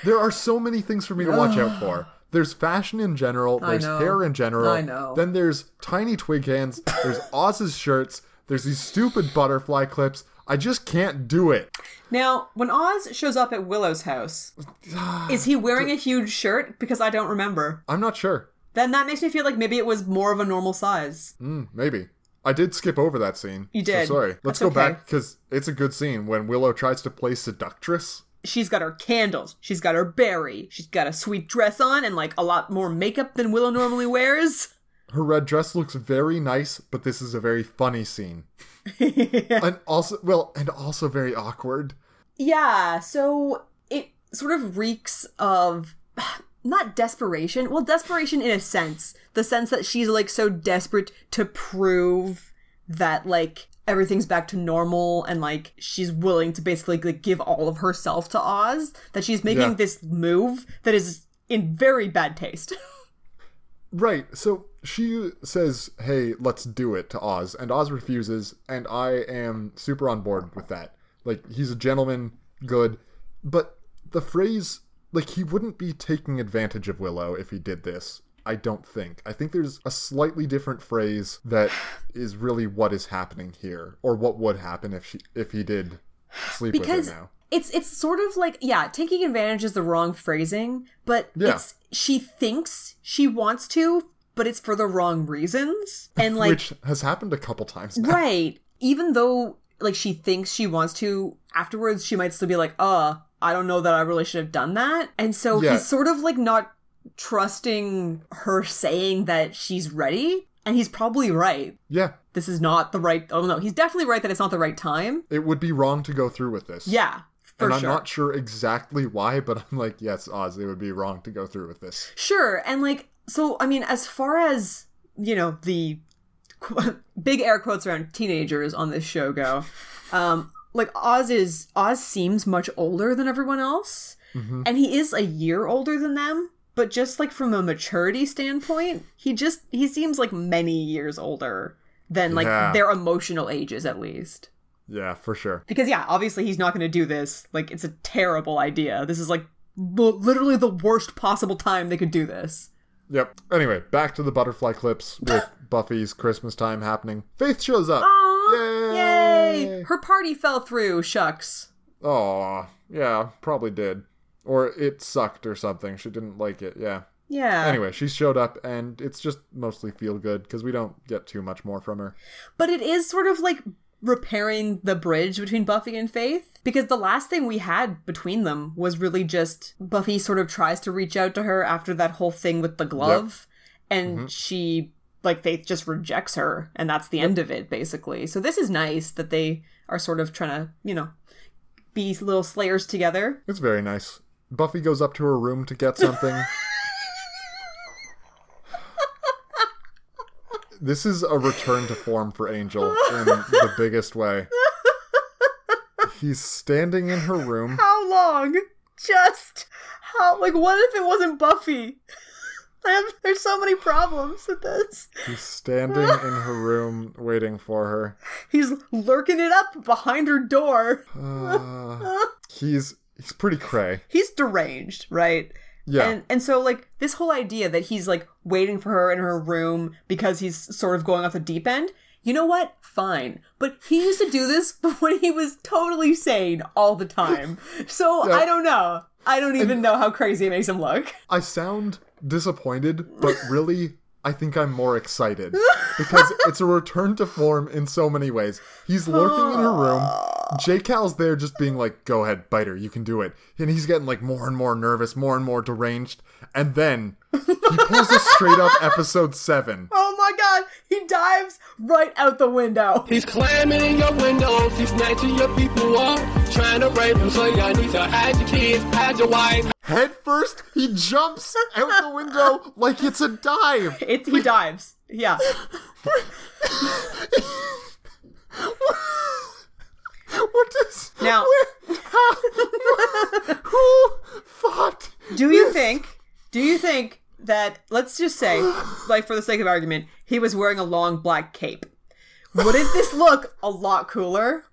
S2: There are so many things for me to watch out for. There's fashion in general, there's
S1: know.
S2: hair in general.
S1: I know.
S2: Then there's tiny twig hands, there's Oz's shirts, there's these stupid butterfly clips. I just can't do it.
S1: Now, when Oz shows up at Willow's house, is he wearing a huge shirt? Because I don't remember.
S2: I'm not sure.
S1: Then that makes me feel like maybe it was more of a normal size.
S2: Maybe. I did skip over that scene.
S1: You did.
S2: So sorry. Let's
S1: That's
S2: go
S1: okay.
S2: back because it's a good scene when Willow tries to play seductress.
S1: she's got her candles, she's got her berry, she's got a sweet dress on, and like a lot more makeup than Willow normally wears.
S2: Her red dress looks very nice, but this is a very funny scene. And also, well, and also very awkward.
S1: Yeah, so it sort of reeks of not desperation, well, desperation in a sense. The sense that she's like so desperate to prove that like everything's back to normal and like she's willing to basically like give all of herself to Oz that she's making
S2: Yeah.
S1: this move that is in very bad taste.
S2: Right. So she says, "Hey, let's do it" to Oz, and Oz refuses, and I am super on board with that. Like he's a gentleman, good, but the phrase like he wouldn't be taking advantage of Willow if he did this. I don't think. I think there's a slightly different phrase that is really what is happening here, or what would happen if she if he did sleep
S1: because
S2: with her now.
S1: it's it's sort of like yeah, taking advantage is the wrong phrasing, but
S2: Yeah.
S1: it's she thinks she wants to, but it's for the wrong reasons, and like
S2: Which has happened a couple times now.
S1: right, even though like she thinks she wants to, afterwards she might still be like, uh, I don't know that I really should have done that, and so
S2: Yeah.
S1: he's sort of like not trusting her saying that she's ready, and he's probably right.
S2: Yeah.
S1: This is not the right. Oh no, he's definitely right that it's not the right time.
S2: It would be wrong to go through with this.
S1: Yeah, for
S2: and I'm
S1: sure.
S2: not sure exactly why, but I'm like, yes, Oz, it would be wrong to go through with this.
S1: Sure, and like so, I mean, as far as you know, the qu- big air quotes around teenagers on this show go, um, like Oz is Oz seems much older than everyone else, and he is a year older than them. But just like from a maturity standpoint, he just he seems like many years older than like
S2: Yeah.
S1: their emotional ages at least.
S2: Yeah, for sure.
S1: Because yeah, obviously he's not going to do this. Like it's a terrible idea. This is like l- literally the worst possible time they could do this.
S2: Yep. Anyway, back to the butterfly clips with Buffy's Christmas time happening. Faith shows up.
S1: Aw,
S2: Yay!
S1: yay! Her party fell through, shucks.
S2: Aw, yeah, probably did. Or it sucked or something. She didn't like it, yeah.
S1: Yeah.
S2: Anyway, she showed up and it's just mostly feel good because we don't get too much more from her.
S1: But it is sort of like repairing the bridge between Buffy and Faith because the last thing we had between them was really just Buffy sort of tries to reach out to her after that whole thing with the glove and she like Faith just rejects her and that's the end of it basically. So this is nice that they are sort of trying to, you know, be little slayers together.
S2: It's very nice. Buffy goes up to her room to get something. this is a return to form for Angel in the biggest way. He's standing in her room.
S1: How long? Just how? Like, what if it wasn't Buffy? I have, there's so many problems with this.
S2: He's standing in her room waiting for her.
S1: He's lurking it up behind her door.
S2: Uh, he's he's pretty cray.
S1: He's deranged, right?
S2: Yeah.
S1: And and so like this whole idea that he's like waiting for her in her room because he's sort of going off the deep end. You know what? Fine. But he used to do this when he was totally sane all the time. So I don't know. I don't even know how crazy it makes him look.
S2: I sound disappointed, but really, I think I'm more excited because it's a return to form in so many ways. He's lurking in her room. J Cal's there just being like, go ahead, bite her, you can do it. And he's getting like more and more nervous, more and more deranged. And then he pulls a straight up episode seven.
S1: Oh my god, he dives right out the window.
S8: He's climbing your windows, he's snatching your people up, trying to rape them, so y'all need to hide your kids, hide your wife.
S2: Head first, he jumps out the window like it's a dive.
S1: It, he dives. Yeah.
S2: What does.
S1: Now,
S2: Who thought?
S1: do you think, do you think that, let's just say, like for the sake of argument, he was wearing a long black cape? Wouldn't this look a lot cooler?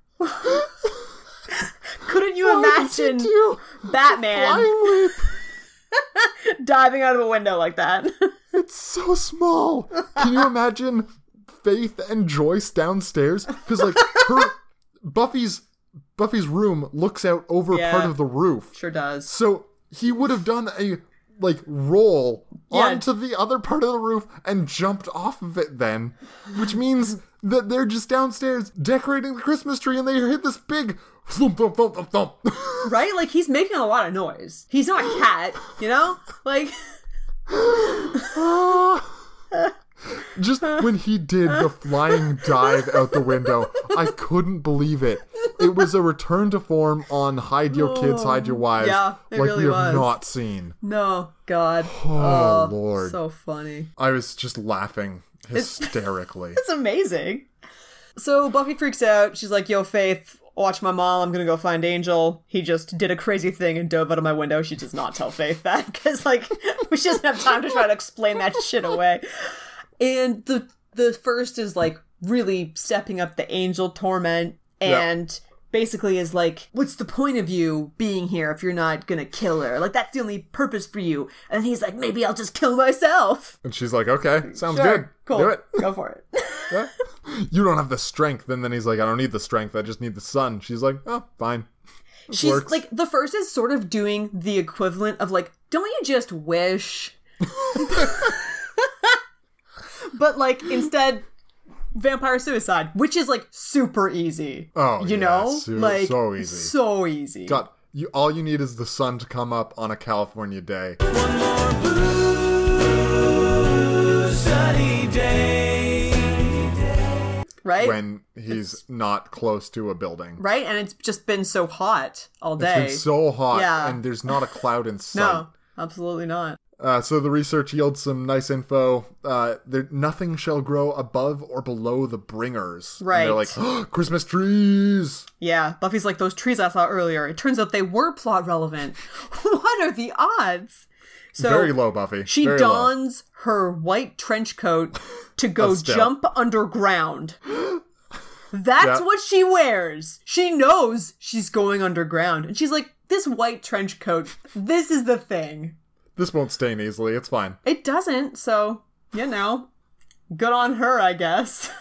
S1: Couldn't you imagine
S2: do?
S1: Batman
S2: Flying leap.
S1: diving out of a window like that?
S2: It's so small. Can you imagine Faith and Joyce downstairs? Because like her Buffy's Buffy's room looks out over
S1: Yeah.
S2: part of the roof.
S1: sure does.
S2: So he would have done a like roll
S1: Yeah.
S2: onto the other part of the roof and jumped off of it then, which means that they're just downstairs decorating the Christmas tree and they hit this big thump thump thump thump thump.
S1: Right? Like, he's making a lot of noise. He's not a cat, you know? Like,
S2: Just when he did the flying dive out the window, I couldn't believe it. It was a return to form on Hide Your Kids, Hide Your Wives,
S1: Oh, Yeah, it
S2: like
S1: really
S2: we
S1: was.
S2: have not seen.
S1: no, God.
S2: Oh, Lord.
S1: So funny.
S2: I was just laughing hysterically.
S1: It's amazing. So Buffy freaks out. She's like, Yo, Faith, watch my mom. I'm going to go find Angel. He just did a crazy thing and dove out of my window. She does not tell Faith that because, like, she doesn't have time to try to explain that shit away. And the the first is like really stepping up the Angel torment and basically is like, what's the point of you being here if you're not gonna kill her? Like, that's the only purpose for you. And he's like, maybe I'll just kill myself.
S2: And she's like, okay, sounds
S1: Sure,
S2: good.
S1: Cool.
S2: Do it.
S1: Go for it.
S2: Yeah. you don't have the strength. And then he's like, I don't need the strength. I just need the sun. She's like, oh, fine.
S1: She's
S2: works.
S1: like the first is sort of doing the equivalent of like, don't you just wish? but like instead, vampire suicide, which is like super easy.
S2: Oh,
S1: you
S2: yeah,
S1: know,
S2: su-
S1: like
S2: so easy.
S1: so easy.
S2: God, you, all you need is the sun to come up on a California day.
S1: right,
S2: when he's not close to a building.
S1: right, and it's just been so hot all
S2: It's
S1: day.
S2: been so hot,
S1: Yeah.
S2: and there's not a cloud in sight.
S1: no, absolutely not.
S2: Uh, so the research yields some nice info. Uh, there, nothing shall grow above or below the bringers. And
S1: Right.
S2: they're like "Oh, Christmas trees.
S1: Yeah, Buffy's like those trees I saw earlier. It turns out they were plot relevant. what are the odds? So
S2: Very low, Buffy.
S1: She
S2: Very low.
S1: dons her white trench coat to go
S2: Of stealth.
S1: jump underground. That's
S2: Yeah.
S1: what she wears. She knows she's going underground. And she's like, this white trench coat, this is the thing.
S2: This won't stain easily. It's fine.
S1: It doesn't, so, you know, good on her, I guess.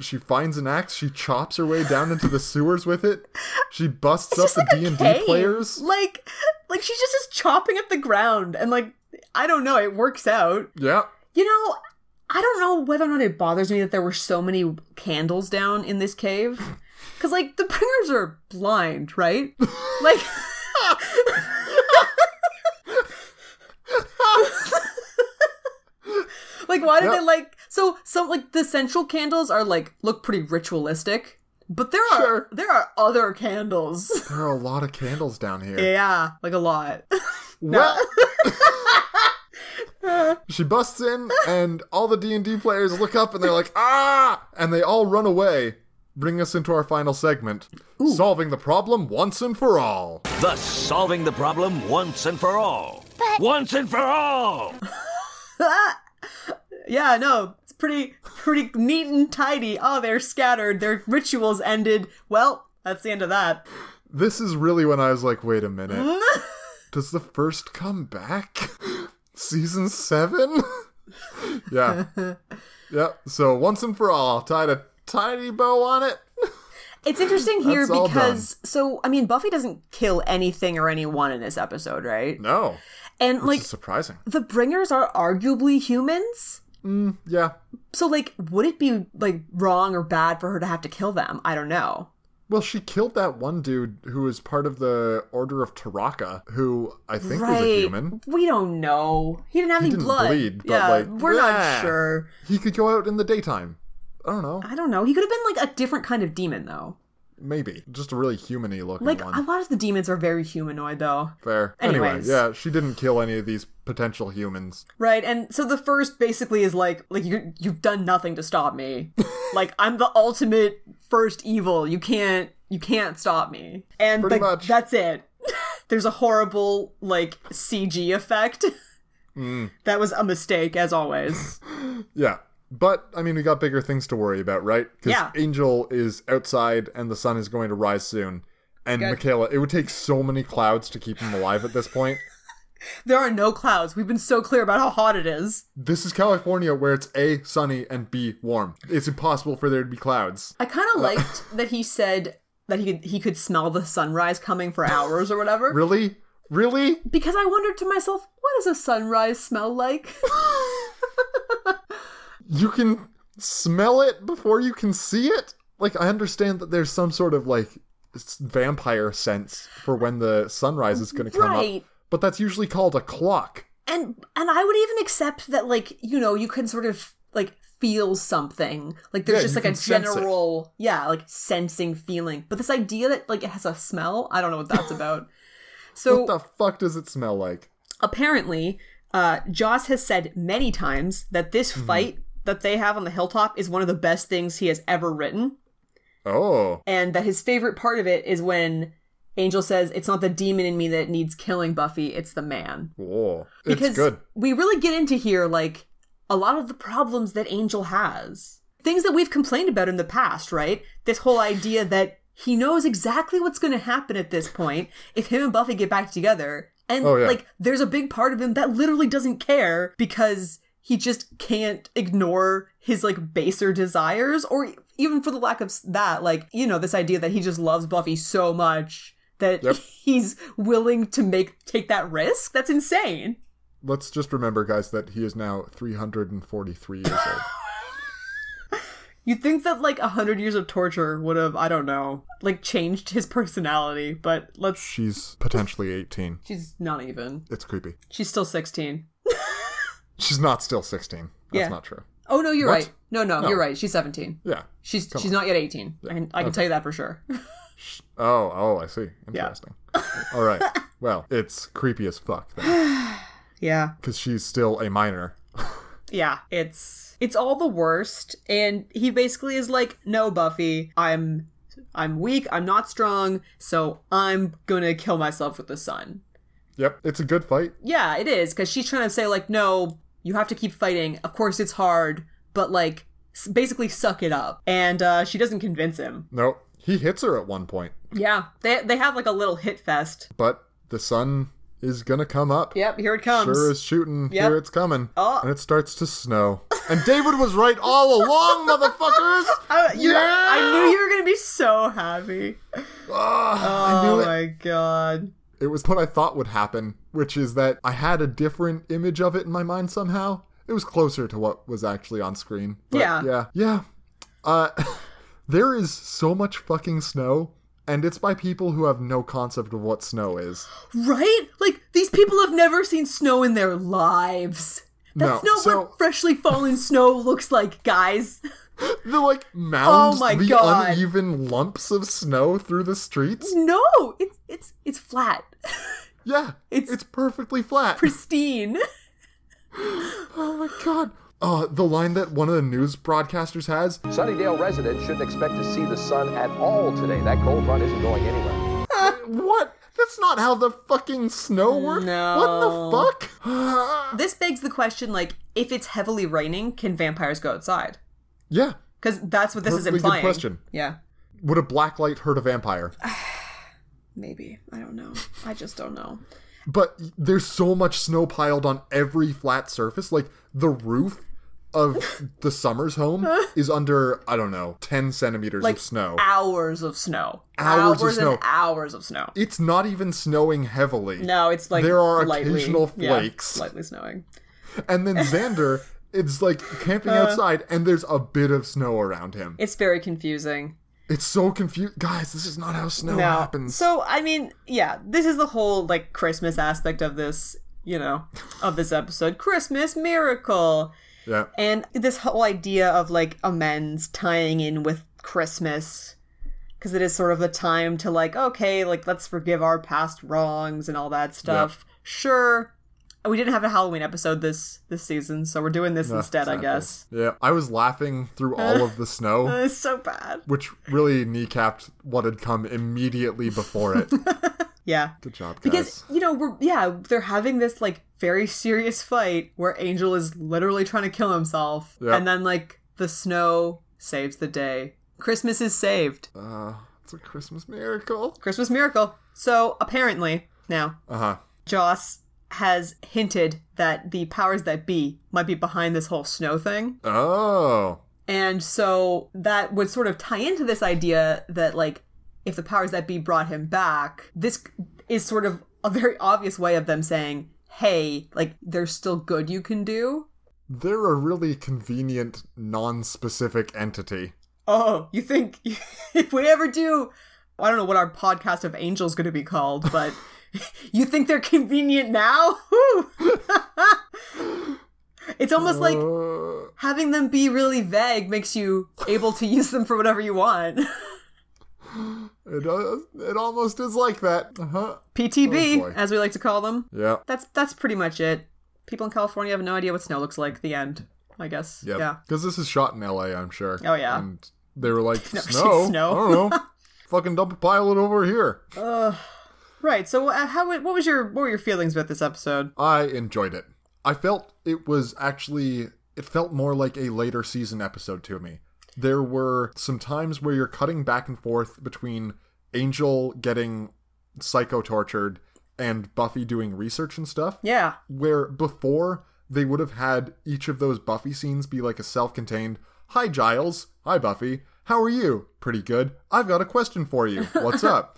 S2: She finds an axe. She chops her way down into the sewers with it. She busts
S1: It's just
S2: up
S1: like
S2: the D
S1: a
S2: and
S1: cave.
S2: D players.
S1: Like, like she's just, just chopping at the ground. And, like, I don't know, it works out.
S2: yeah.
S1: You know, I don't know whether or not it bothers me that there were so many candles down in this cave. Because, like, the bringers are blind, right? Like, like why did
S2: Yeah.
S1: they, like, so, so, like, the central candles are, like, look pretty ritualistic. But there are
S2: Sure.
S1: there are other candles.
S2: There are a lot of candles down here.
S1: yeah, like a lot.
S2: Well, she busts in, and all the D and D players look up, and they're like, "Ah!" and they all run away, bringing us into our final segment, solving the problem once and for all.
S9: Thus, solving the problem once and for all. Once and for all!
S1: Yeah, no, it's pretty pretty neat and tidy. Oh, they're scattered. Their rituals ended. Well, that's the end of that.
S2: This is really when I was like, "Wait a minute, does the first come back? Season seven? yeah, yeah." So once and for all, tied a tidy bow on it.
S1: It's interesting here
S2: That's all
S1: because so I mean Buffy doesn't kill anything or anyone in this episode, right?
S2: No,
S1: And like
S2: it's surprising.
S1: the bringers are arguably humans.
S2: Yeah,
S1: So like would it be like wrong or bad for her to have to kill them? I don't know.
S2: Well, she killed that one dude who was part of the Order of Taraka, who I think was a human.
S1: We don't know. He didn't have
S2: He
S1: any
S2: didn't
S1: blood.
S2: bleed, but,
S1: yeah,
S2: like,
S1: we're
S2: bleh.
S1: not sure.
S2: He could go out in the daytime. I don't know.
S1: I don't know. He could have been like a different kind of demon though.
S2: Maybe. Just a really human y looking
S1: Like
S2: one.
S1: a lot of the demons are very humanoid though.
S2: Fair. Anyway,
S1: Anyways.
S2: yeah, she didn't kill any of these potential humans.
S1: Right, and so the first basically is like, like you you've done nothing to stop me. like I'm the ultimate first evil. You can't you can't stop me. And
S2: Pretty
S1: like
S2: much.
S1: that's it. There's a horrible like CG effect.
S2: Mm.
S1: That was a mistake, as always.
S2: Yeah. But, I mean, we got bigger things to worry about, right? Because
S1: Yeah.
S2: Angel is outside and the sun is going to rise soon. And Michaela, it would take so many clouds to keep him alive at this point.
S1: there are no clouds. We've been so clear about how hot it is.
S2: This is California where it's A, sunny, and B, warm. It's impossible for there to be clouds.
S1: I kind of liked that he said that he could, he could smell the sunrise coming for hours or whatever.
S2: Really? Really?
S1: Because I wondered to myself, what does a sunrise smell like?
S2: You can smell it before you can see it? Like, I understand that there's some sort of, like, s- vampire sense for when the sunrise is going to come
S1: Right.
S2: up. But that's usually called a clock.
S1: and and I would even accept that like you know you can sort of like feel something like there's
S2: Yeah,
S1: just
S2: you
S1: like a
S2: can sense it.
S1: general yeah like sensing feeling but this idea that like it has a smell I don't know what that's about so
S2: What the fuck does it smell like?
S1: apparently uh Joss has said many times that this
S2: Mm-hmm.
S1: fight that they have on the hilltop is one of the best things he has ever written
S2: Oh.
S1: and that his favorite part of it is when Angel says it's not the demon in me that needs killing Buffy it's the man
S2: Whoa.
S1: because
S2: it's good.
S1: we really get into here like a lot of the problems that Angel has. Things that we've complained about in the past, right? This whole idea that He knows exactly what's going to happen at this point if him and Buffy get back together. And
S2: Oh, yeah.
S1: like there's a big part of him that literally doesn't care because he just can't ignore his like baser desires or even for the lack of s- that like you know this idea that he just loves Buffy so much that
S2: Yep.
S1: he's willing to make take that risk. That's insane.
S2: Let's just remember, guys, that he is now 343 years old.
S1: You'd think that like a hundred years of torture would have, I don't know, like changed his personality, but let's
S2: She's potentially 18.
S1: she's not even.
S2: It's creepy.
S1: She's still sixteen.
S2: She's not still 16. That's
S1: Yeah.
S2: not true.
S1: Oh no, you're
S2: What?
S1: right. No, no,
S2: No.
S1: you're right. She's seventeen.
S2: Yeah.
S1: She's she's not yet eighteen. And I can tell you that for sure.
S2: Oh, oh, I see. Interesting. All right. Well, it's creepy as fuck then,
S1: yeah.
S2: because she's still a minor.
S1: Yeah. It's it's all the worst. And he basically is like, No, Buffy, I'm I'm weak, I'm not strong, so I'm gonna kill myself with the sun.
S2: Yep. It's a good fight.
S1: Yeah, it is because she's trying to say like, no, you have to keep fighting. Of course, it's hard, but like, s- basically, suck it up. And uh, she doesn't convince him.
S2: No, he hits her at one point,
S1: Yeah, they they have like a little hit fest.
S2: but the sun is gonna come up.
S1: Yep, here it comes.
S2: Sure is shooting.
S1: Yep.
S2: Here it's coming.
S1: Oh.
S2: And it starts to snow. And David was right all along, motherfuckers!
S1: Uh, you-
S2: Yeah!
S1: I knew you were gonna be so happy.
S2: Ah, I
S1: Oh
S2: knew it.
S1: my god.
S2: It was what I thought would happen, which is that I had a different image of it in my mind somehow. It was closer to what was actually on screen. But
S1: Yeah.
S2: Yeah. Yeah. Uh, there is so much fucking snow, and it's by people who have no concept of what snow is.
S1: Right? Like these people have never seen snow in their lives. That's
S2: No,
S1: not
S2: so-
S1: what freshly fallen snow looks like, guys.
S2: The like mounds,
S1: Oh my
S2: the
S1: God.
S2: uneven lumps of snow through the streets.
S1: No, it's it's it's flat,
S2: Yeah,
S1: It's-
S2: it's perfectly flat.
S1: pristine.
S2: oh my god. Uh, the line that one of the news broadcasters has
S10: Sunnydale residents shouldn't expect to see the sun at all today. That cold front isn't going anywhere.
S2: What? That's not how the fucking snow works.
S1: No.
S2: What the fuck?
S1: this begs the question like if it's heavily raining can vampires go outside
S2: yeah.
S1: because that's what this
S2: Perfectly
S1: is
S2: good
S1: implying
S2: question.
S1: yeah
S2: Would a black light hurt a vampire?
S1: maybe i don't know i just don't know
S2: But there's so much snow piled on every flat surface. Like the roof of the Summers home is under, I don't know, 10 centimeters
S1: like
S2: of snow.
S1: hours of snow
S2: Hours of snow.
S1: and hours of snow
S2: it's not even snowing heavily.
S1: no it's like
S2: There are
S1: lightly,
S2: occasional
S1: yeah,
S2: flakes.
S1: lightly snowing
S2: And then Xander is like camping
S1: Uh.
S2: outside and there's a bit of snow around him.
S1: it's very confusing
S2: It's so confused. Guys, this is not how snow
S1: No.
S2: happens.
S1: So I mean, yeah, this is the whole like Christmas aspect of this, you know, of this episode. Christmas miracle.
S2: Yeah.
S1: And this whole idea of like amends tying in with Christmas because it is sort of the time to like okay, like let's forgive our past wrongs and all that stuff. Sure. We didn't have a Halloween episode this this season, so we're doing this instead, I
S2: Exactly.
S1: guess.
S2: Yeah, I was laughing through all of the snow,
S1: It's so bad.
S2: which really kneecapped what had come immediately before it.
S1: Yeah.
S2: Good job, guys.
S1: Because you know we're yeah they're having this like very serious fight where Angel is literally trying to kill himself,
S2: Yeah.
S1: and then like the snow saves the day. Christmas is saved.
S2: Uh, it's a Christmas miracle.
S1: Christmas miracle. So apparently now,
S2: Uh huh.
S1: Joss has hinted that the powers that be might be behind this whole snow thing,
S2: Oh,
S1: and so that would sort of tie into this idea that like if the powers that be brought him back, this is sort of a very obvious way of them saying, hey, like there's still good you can do.
S2: they're a really convenient, non-specific entity.
S1: Oh, you think if we ever do, I don't know what our podcast of angels going to be called, but you think they're convenient now? Whew. it's almost like
S2: Uh,
S1: having them be really vague makes you able to use them for whatever you want.
S2: it, uh, it almost is like that. Uh huh.
S1: PTB,
S2: Oh, boy.
S1: as we like to call them.
S2: Yeah.
S1: that's that's pretty much it. People in California have no idea what snow looks like. The end. I guess. Yeah.
S2: Yeah. Because this is shot in L.A. I'm sure.
S1: Oh, yeah.
S2: And they were like,
S1: No,
S2: snow.
S1: snow."
S2: I don't know. Fucking dump a pile it over here.
S1: Right. So uh, how what was your what were your feelings about this episode?
S2: I enjoyed it. I felt it was actually it felt more like a later season episode to me. there were some times where you're cutting back and forth between Angel getting psycho tortured and Buffy doing research and stuff.
S1: Yeah.
S2: Where before they would have had each of those Buffy scenes be like a self contained Hi, Giles. Hi, Buffy. How are you? Pretty good. I've got a question for you. What's up?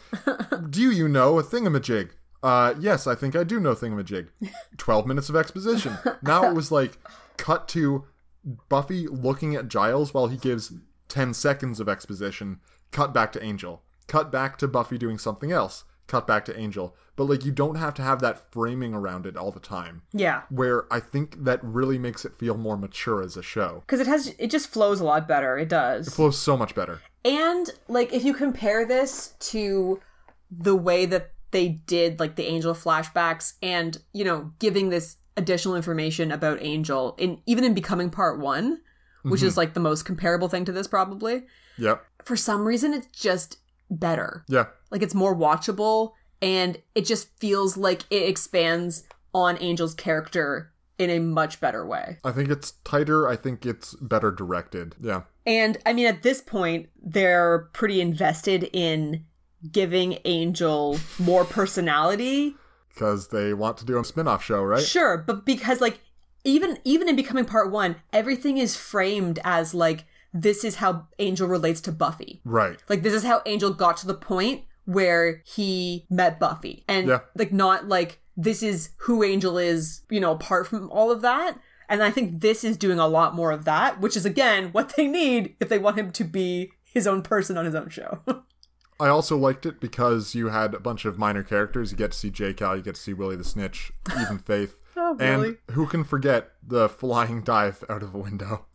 S2: do you know a thingamajig? Uh, yes, I think I do know thingamajig. 12 minutes of exposition. Now it was like cut to Buffy looking at Giles while he gives 10 seconds of exposition, cut back to Angel, cut back to Buffy doing something else, cut back to Angel. But like you don't have to have that framing around it all the time.
S1: Yeah.
S2: Where I think that really makes it feel more mature as a show.
S1: Because it has, it just flows a lot better. It does.
S2: Flows so much better.
S1: And like if you compare this to the way that they did like the Angel flashbacks and, you know, giving this additional information about Angel in even in becoming part 1, which is like the most comparable thing to this probably.
S2: Yep.
S1: For some reason it's just better.
S2: Yeah.
S1: Like it's more watchable and it just feels like it expands on Angel's character in a much better way.
S2: I think it's tighter. I think it's better directed. Yeah.
S1: And I mean, at this point, they're pretty invested in giving Angel more personality.
S2: Because they want to do a spin off show, right?
S1: Sure, but because like even even in becoming part one, everything is framed as like this is how Angel relates to Buffy.
S2: Right.
S1: Like this is how Angel got to the point where he met Buffy. And
S2: Yeah.
S1: like not like this is who Angel is, you know, apart from all of that. And I think this is doing a lot more of that, which is again what they need if they want him to be his own person on his own show.
S2: I also liked it because you had a bunch of minor characters. You get to see J. Cal, you get to see Willie the Snitch, even Faith.
S1: Oh,
S2: and
S1: Willie.
S2: who can forget the flying dive out of a window?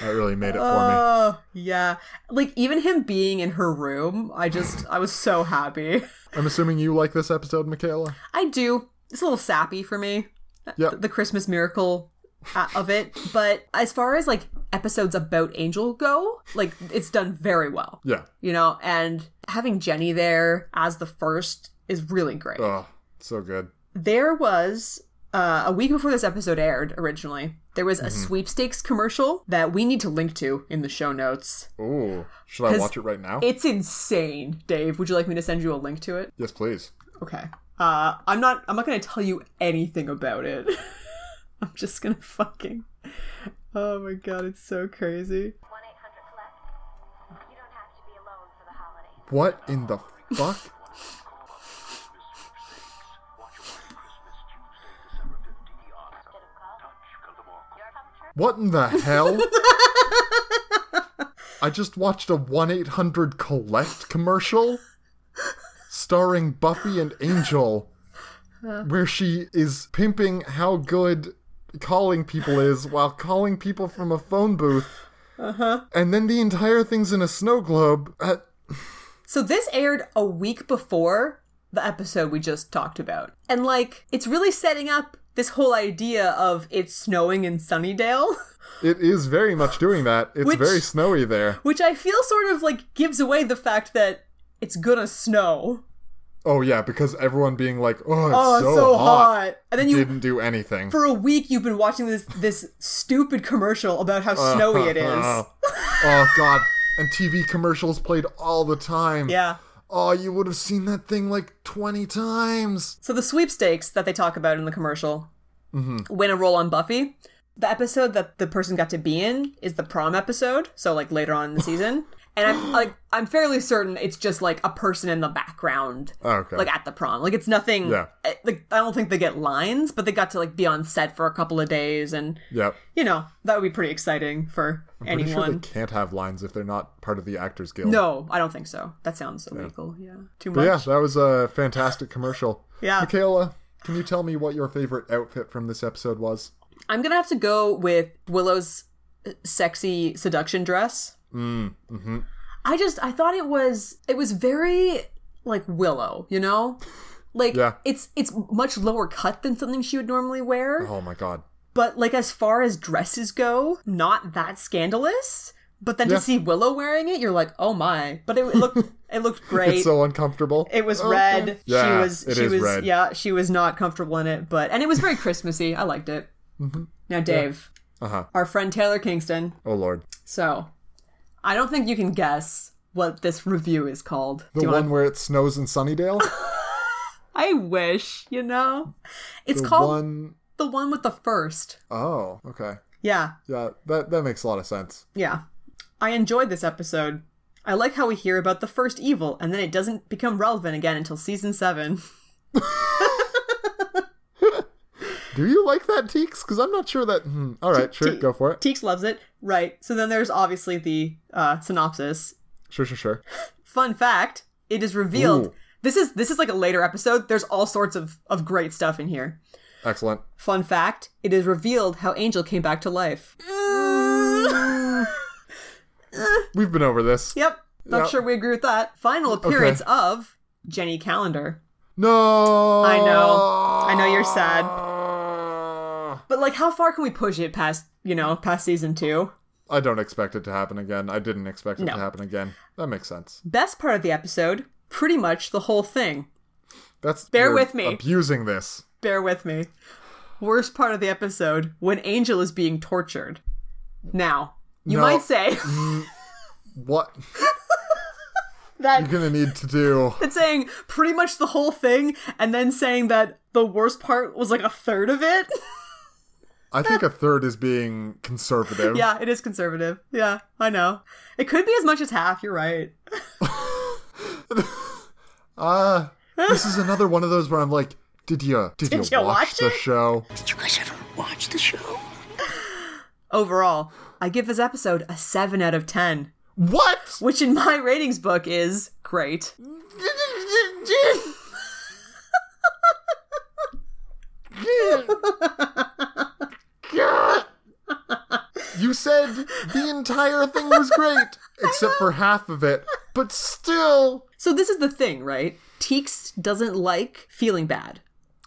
S2: that really made it for me.
S1: Oh, yeah. Like even him being in her room, I just I was so happy.
S2: I'm assuming you like this episode, Michaela?
S1: I do. It's a little sappy for me.
S2: Yep.
S1: Uh, the Christmas miracle uh, of it. But as far as like episodes about Angel go, like it's done very well.
S2: yeah.
S1: You know, and having Jenny there as the first is really great.
S2: Oh, so good.
S1: There was uh, a week before this episode aired originally, there was a sweepstakes commercial that we need to link to in the show notes.
S2: Ooh. Should I
S1: 'Cause
S2: watch it right now?
S1: It's insane, Dave. Would you like me to send you a link to it?
S2: yes, please.
S1: Okay. Uh, I'm not. I'm not gonna tell you anything about it. I'm just gonna fucking. Oh my god, it's so crazy.
S2: What in the fuck? What in the hell? I just watched a 1 800 Collect commercial starring Buffy and Angel, where she is pimping how good calling people is while calling people from a phone booth. Uh-huh. And then the entire thing's in a snow globe. Uh,
S1: So this aired a week before the episode we just talked about, and like, it's really setting up this whole idea of it's snowing in Sunnydale,
S2: it is very much doing that. It's
S1: Which-
S2: very snowy there.
S1: which I feel sort of like gives away the fact that it's gonna snow.
S2: Oh, yeah, because everyone being like, oh, it's
S1: Oh, it's
S2: so,
S1: so
S2: hot.
S1: hot. And then you-
S2: didn't do anything.
S1: For a week, you've been watching this this stupid commercial about how snowy it is.
S2: oh god and tv commercials played all the time
S1: Yeah.
S2: oh you would have seen that thing like 20 times
S1: So the sweepstakes that they talk about in the commercial
S2: Mm-hmm.
S1: win a role on Buffy. The episode that the person got to be in is the prom episode, so like later on in the season. And I'm like I'm fairly certain it's just like a person in the background,
S2: Oh, okay
S1: like at the prom. Like it's nothing.
S2: Yeah.
S1: I- Like I don't think they get lines, but they got to like be on set for a couple of days, and
S2: yep
S1: you know that would be pretty exciting for
S2: pretty
S1: anyone.
S2: sure they can't have lines if they're not part of the actors guild
S1: no, I don't think so. That sounds illegal. Yeah, too
S2: but
S1: much.
S2: yeah that was a fantastic commercial
S1: Yeah.
S2: michaela can you tell me what your favorite outfit from this episode was
S1: I'm gonna have to go with Willow's uh, sexy seduction dress. Mm, mm-hmm. I just I thought it was it was very like Willow, you know, like
S2: Yeah.
S1: it's it's much lower cut than something she would normally wear.
S2: oh my god
S1: But like as far as dresses go, not that scandalous. But then
S2: Yeah.
S1: to see Willow wearing it, you're like, oh my! But it looked it looked great.
S2: it's so uncomfortable
S1: It was
S2: Okay.
S1: red.
S2: yeah,
S1: she was
S2: it
S1: she
S2: is
S1: was
S2: red
S1: yeah, she was not comfortable in it, but and it was very Christmassy. I liked it. Now Dave,
S2: Mm-hmm. Uh-huh.
S1: Our friend Taylor Kingston.
S2: Oh lord.
S1: So, I don't think you can guess what this review is called.
S2: The
S1: Do you
S2: one
S1: wanna-
S2: where it snows in Sunnydale?
S1: I wish, you know? It's
S2: the
S1: called
S2: one
S1: the one with the first.
S2: Oh, okay.
S1: Yeah,
S2: Yeah, that that makes a lot of sense.
S1: yeah. I enjoyed this episode. I like how we hear about the first evil, and then it doesn't become relevant again until season seven.
S2: Do you like that, Teeks? Because I'm not sure that. Hmm. All right, sure,
S1: Te-
S2: go for it.
S1: Teeks loves it. Right. So then there's obviously the uh, synopsis.
S2: Sure, sure, sure.
S1: Fun fact, it is revealed
S2: Ooh.
S1: this is this is like a later episode. There's all sorts of, of great stuff in here.
S2: Excellent.
S1: Fun fact, it is revealed how Angel came back to life.
S2: Mm. We've been over this.
S1: Yep. Not
S2: Yep.
S1: sure we agree with that. Final appearance of Jenny Calendar.
S2: No.
S1: I know. I know you're sad.
S2: know.
S1: But like how far can we push it past, you know, past season 2?
S2: I don't expect it to happen again. I didn't expect it
S1: No.
S2: to happen again. That makes sense.
S1: Best part of the episode, pretty much the whole thing.
S2: That's
S1: Bear
S2: you're
S1: with me.
S2: Abusing this.
S1: Bear with me. Worst part of the episode, when Angel is being tortured. Now, you
S2: No.
S1: might say
S2: What
S1: that
S2: you're gonna need to do?
S1: that saying pretty much the whole thing and then saying that the worst part was like a third of it.
S2: I think a third is being conservative.
S1: yeah, it is conservative. Yeah, I know. It could be as much as half, you're right.
S2: Uh, this is another one of those where I'm like, did you did,
S1: Did
S2: you,
S1: ya
S2: watch,
S1: watch
S2: the
S1: it?
S2: show?
S1: Overall, I give this episode a 7 out of 10,
S2: What?
S1: which in my ratings book is great.
S2: You said the entire thing was great, except for half of it, but still.
S1: So, this is the thing, right? Teeks doesn't like feeling bad.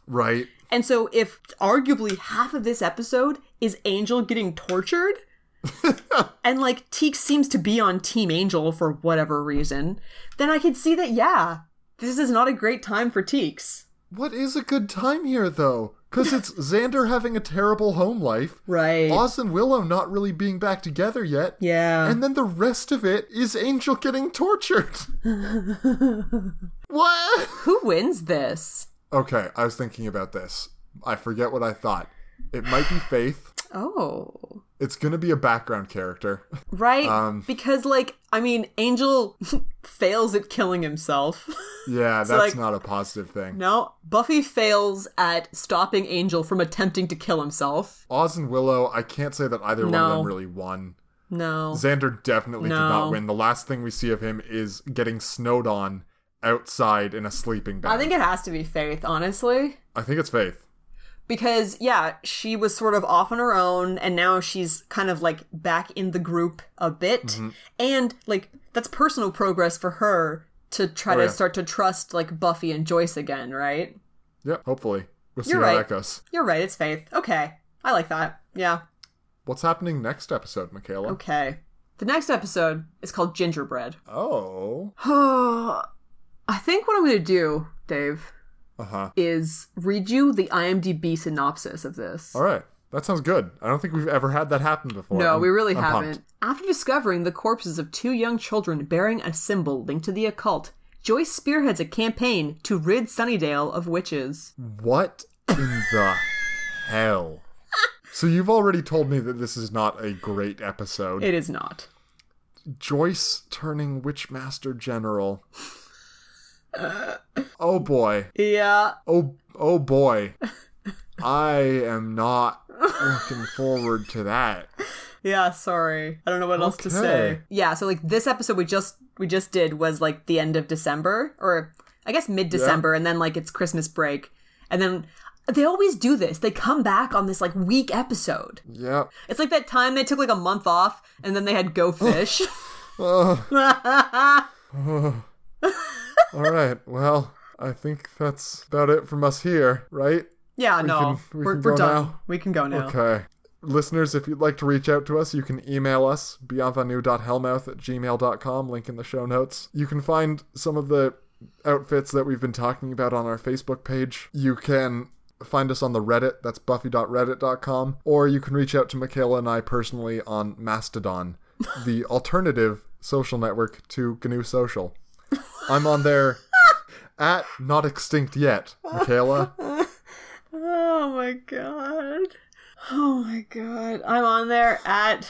S2: Right.
S1: And so, if arguably half of this episode is Angel getting tortured, and like Teek seems to be on Team Angel for whatever reason, then I could see that, yeah, this is not a great time for Teeks.
S2: What is a good time here, though? Because it's Xander having a terrible home life,
S1: Right.
S2: Oz and Willow not really being back together yet,
S1: Yeah.
S2: and then the rest of it is Angel getting tortured. what?
S1: Who wins this?
S2: Okay, I was thinking about this. I forget what I thought. It might be Faith.
S1: Oh.
S2: It's gonna be a background character.
S1: Right?
S2: Um,
S1: because, like, I mean, Angel fails at killing himself.
S2: Yeah, that's
S1: like-
S2: not a positive thing.
S1: no, Buffy fails at stopping Angel from attempting to kill himself.
S2: Oz and Willow, I can't say that either one of
S1: No.
S2: them really won.
S1: No.
S2: Xander definitely did not
S1: No.
S2: win. The last thing we see of him is getting snowed on outside in a sleeping bag.
S1: I think it has to be Faith, honestly.
S2: I think it's Faith.
S1: Because, yeah, she was sort of off on her own, and now she's kind of like back in the group a bit.
S2: Mm-hmm.
S1: And, like, that's personal progress for her to try
S2: Oh,
S1: to
S2: yeah.
S1: start to trust, like, Buffy and Joyce again, right?
S2: Yep, hopefully. We'll see
S1: You're
S2: how
S1: right.
S2: that goes.
S1: You're right, it's Faith. Okay. I like that. Yeah.
S2: What's happening next episode, Michaela?
S1: Okay. The next episode is called Gingerbread.
S2: Oh.
S1: I think what I'm going to do, Dave,
S2: Uh huh.
S1: is read you the IMDb synopsis of this.
S2: All right. That sounds good. I don't think we've ever had that happen before.
S1: No,
S2: I'm-
S1: we really
S2: I'm pumped.
S1: haven't. After discovering the corpses of two young children bearing a symbol linked to the occult, Joyce spearheads a campaign to rid Sunnydale of witches.
S2: Hmm. What in the hell? So you've already told me that this is not a great episode.
S1: It is not.
S2: Joyce turning Witchmaster General.
S1: Uh.
S2: oh boy.
S1: Yeah.
S2: Oh oh boy. I am not looking forward to that.
S1: Yeah, sorry. I don't know what else to
S2: Okay.
S1: say. Yeah, so like this episode we just we just did was like the end of December or I guess mid December and then like it's Christmas break. And then they always do this. They come back on this like week episode.
S2: Yep.
S1: It's like that time they took like a month off and then they had go fish.
S2: All right. Well, I think that's about it from us here, right?
S1: yeah, no.
S2: can- we
S1: are
S2: can
S1: we're
S2: go
S1: done.
S2: now?
S1: We can go now.
S2: Okay. Listeners, if you'd like to reach out to us, you can email us, bienvenue.hellmouth at gmail.com, link in the show notes. You can find some of the outfits that we've been talking about on our Facebook page. You can Find us on the Reddit, that's buffy.reddit.com, or you can reach out to Michaela and I personally on Mastodon, the alternative social network to GNU Social. I'm on there at not extinct yet, Michaela.
S1: Oh my god. Oh my god. I'm on there at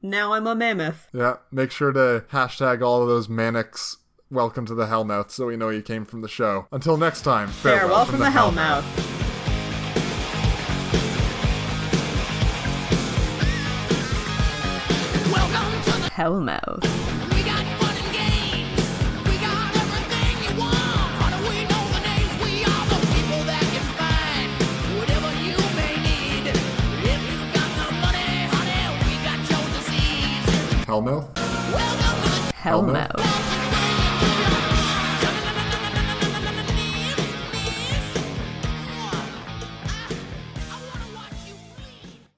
S1: now I'm a mammoth.
S2: Yeah, make sure to hashtag all of those manics welcome to the Hellmouth so we know you came from the show. Until next time, farewell,
S1: Farewell from the Hellmouth.
S3: Welcome to the
S1: Hellmouth.
S3: We got fun and games. We got everything you want. How do we know the names? We are the people that can find whatever you may need. If you got no money, honey, we got your disease.
S2: Hellmouth?
S3: Welcome to the
S2: Hellmouth.
S3: Welcome to the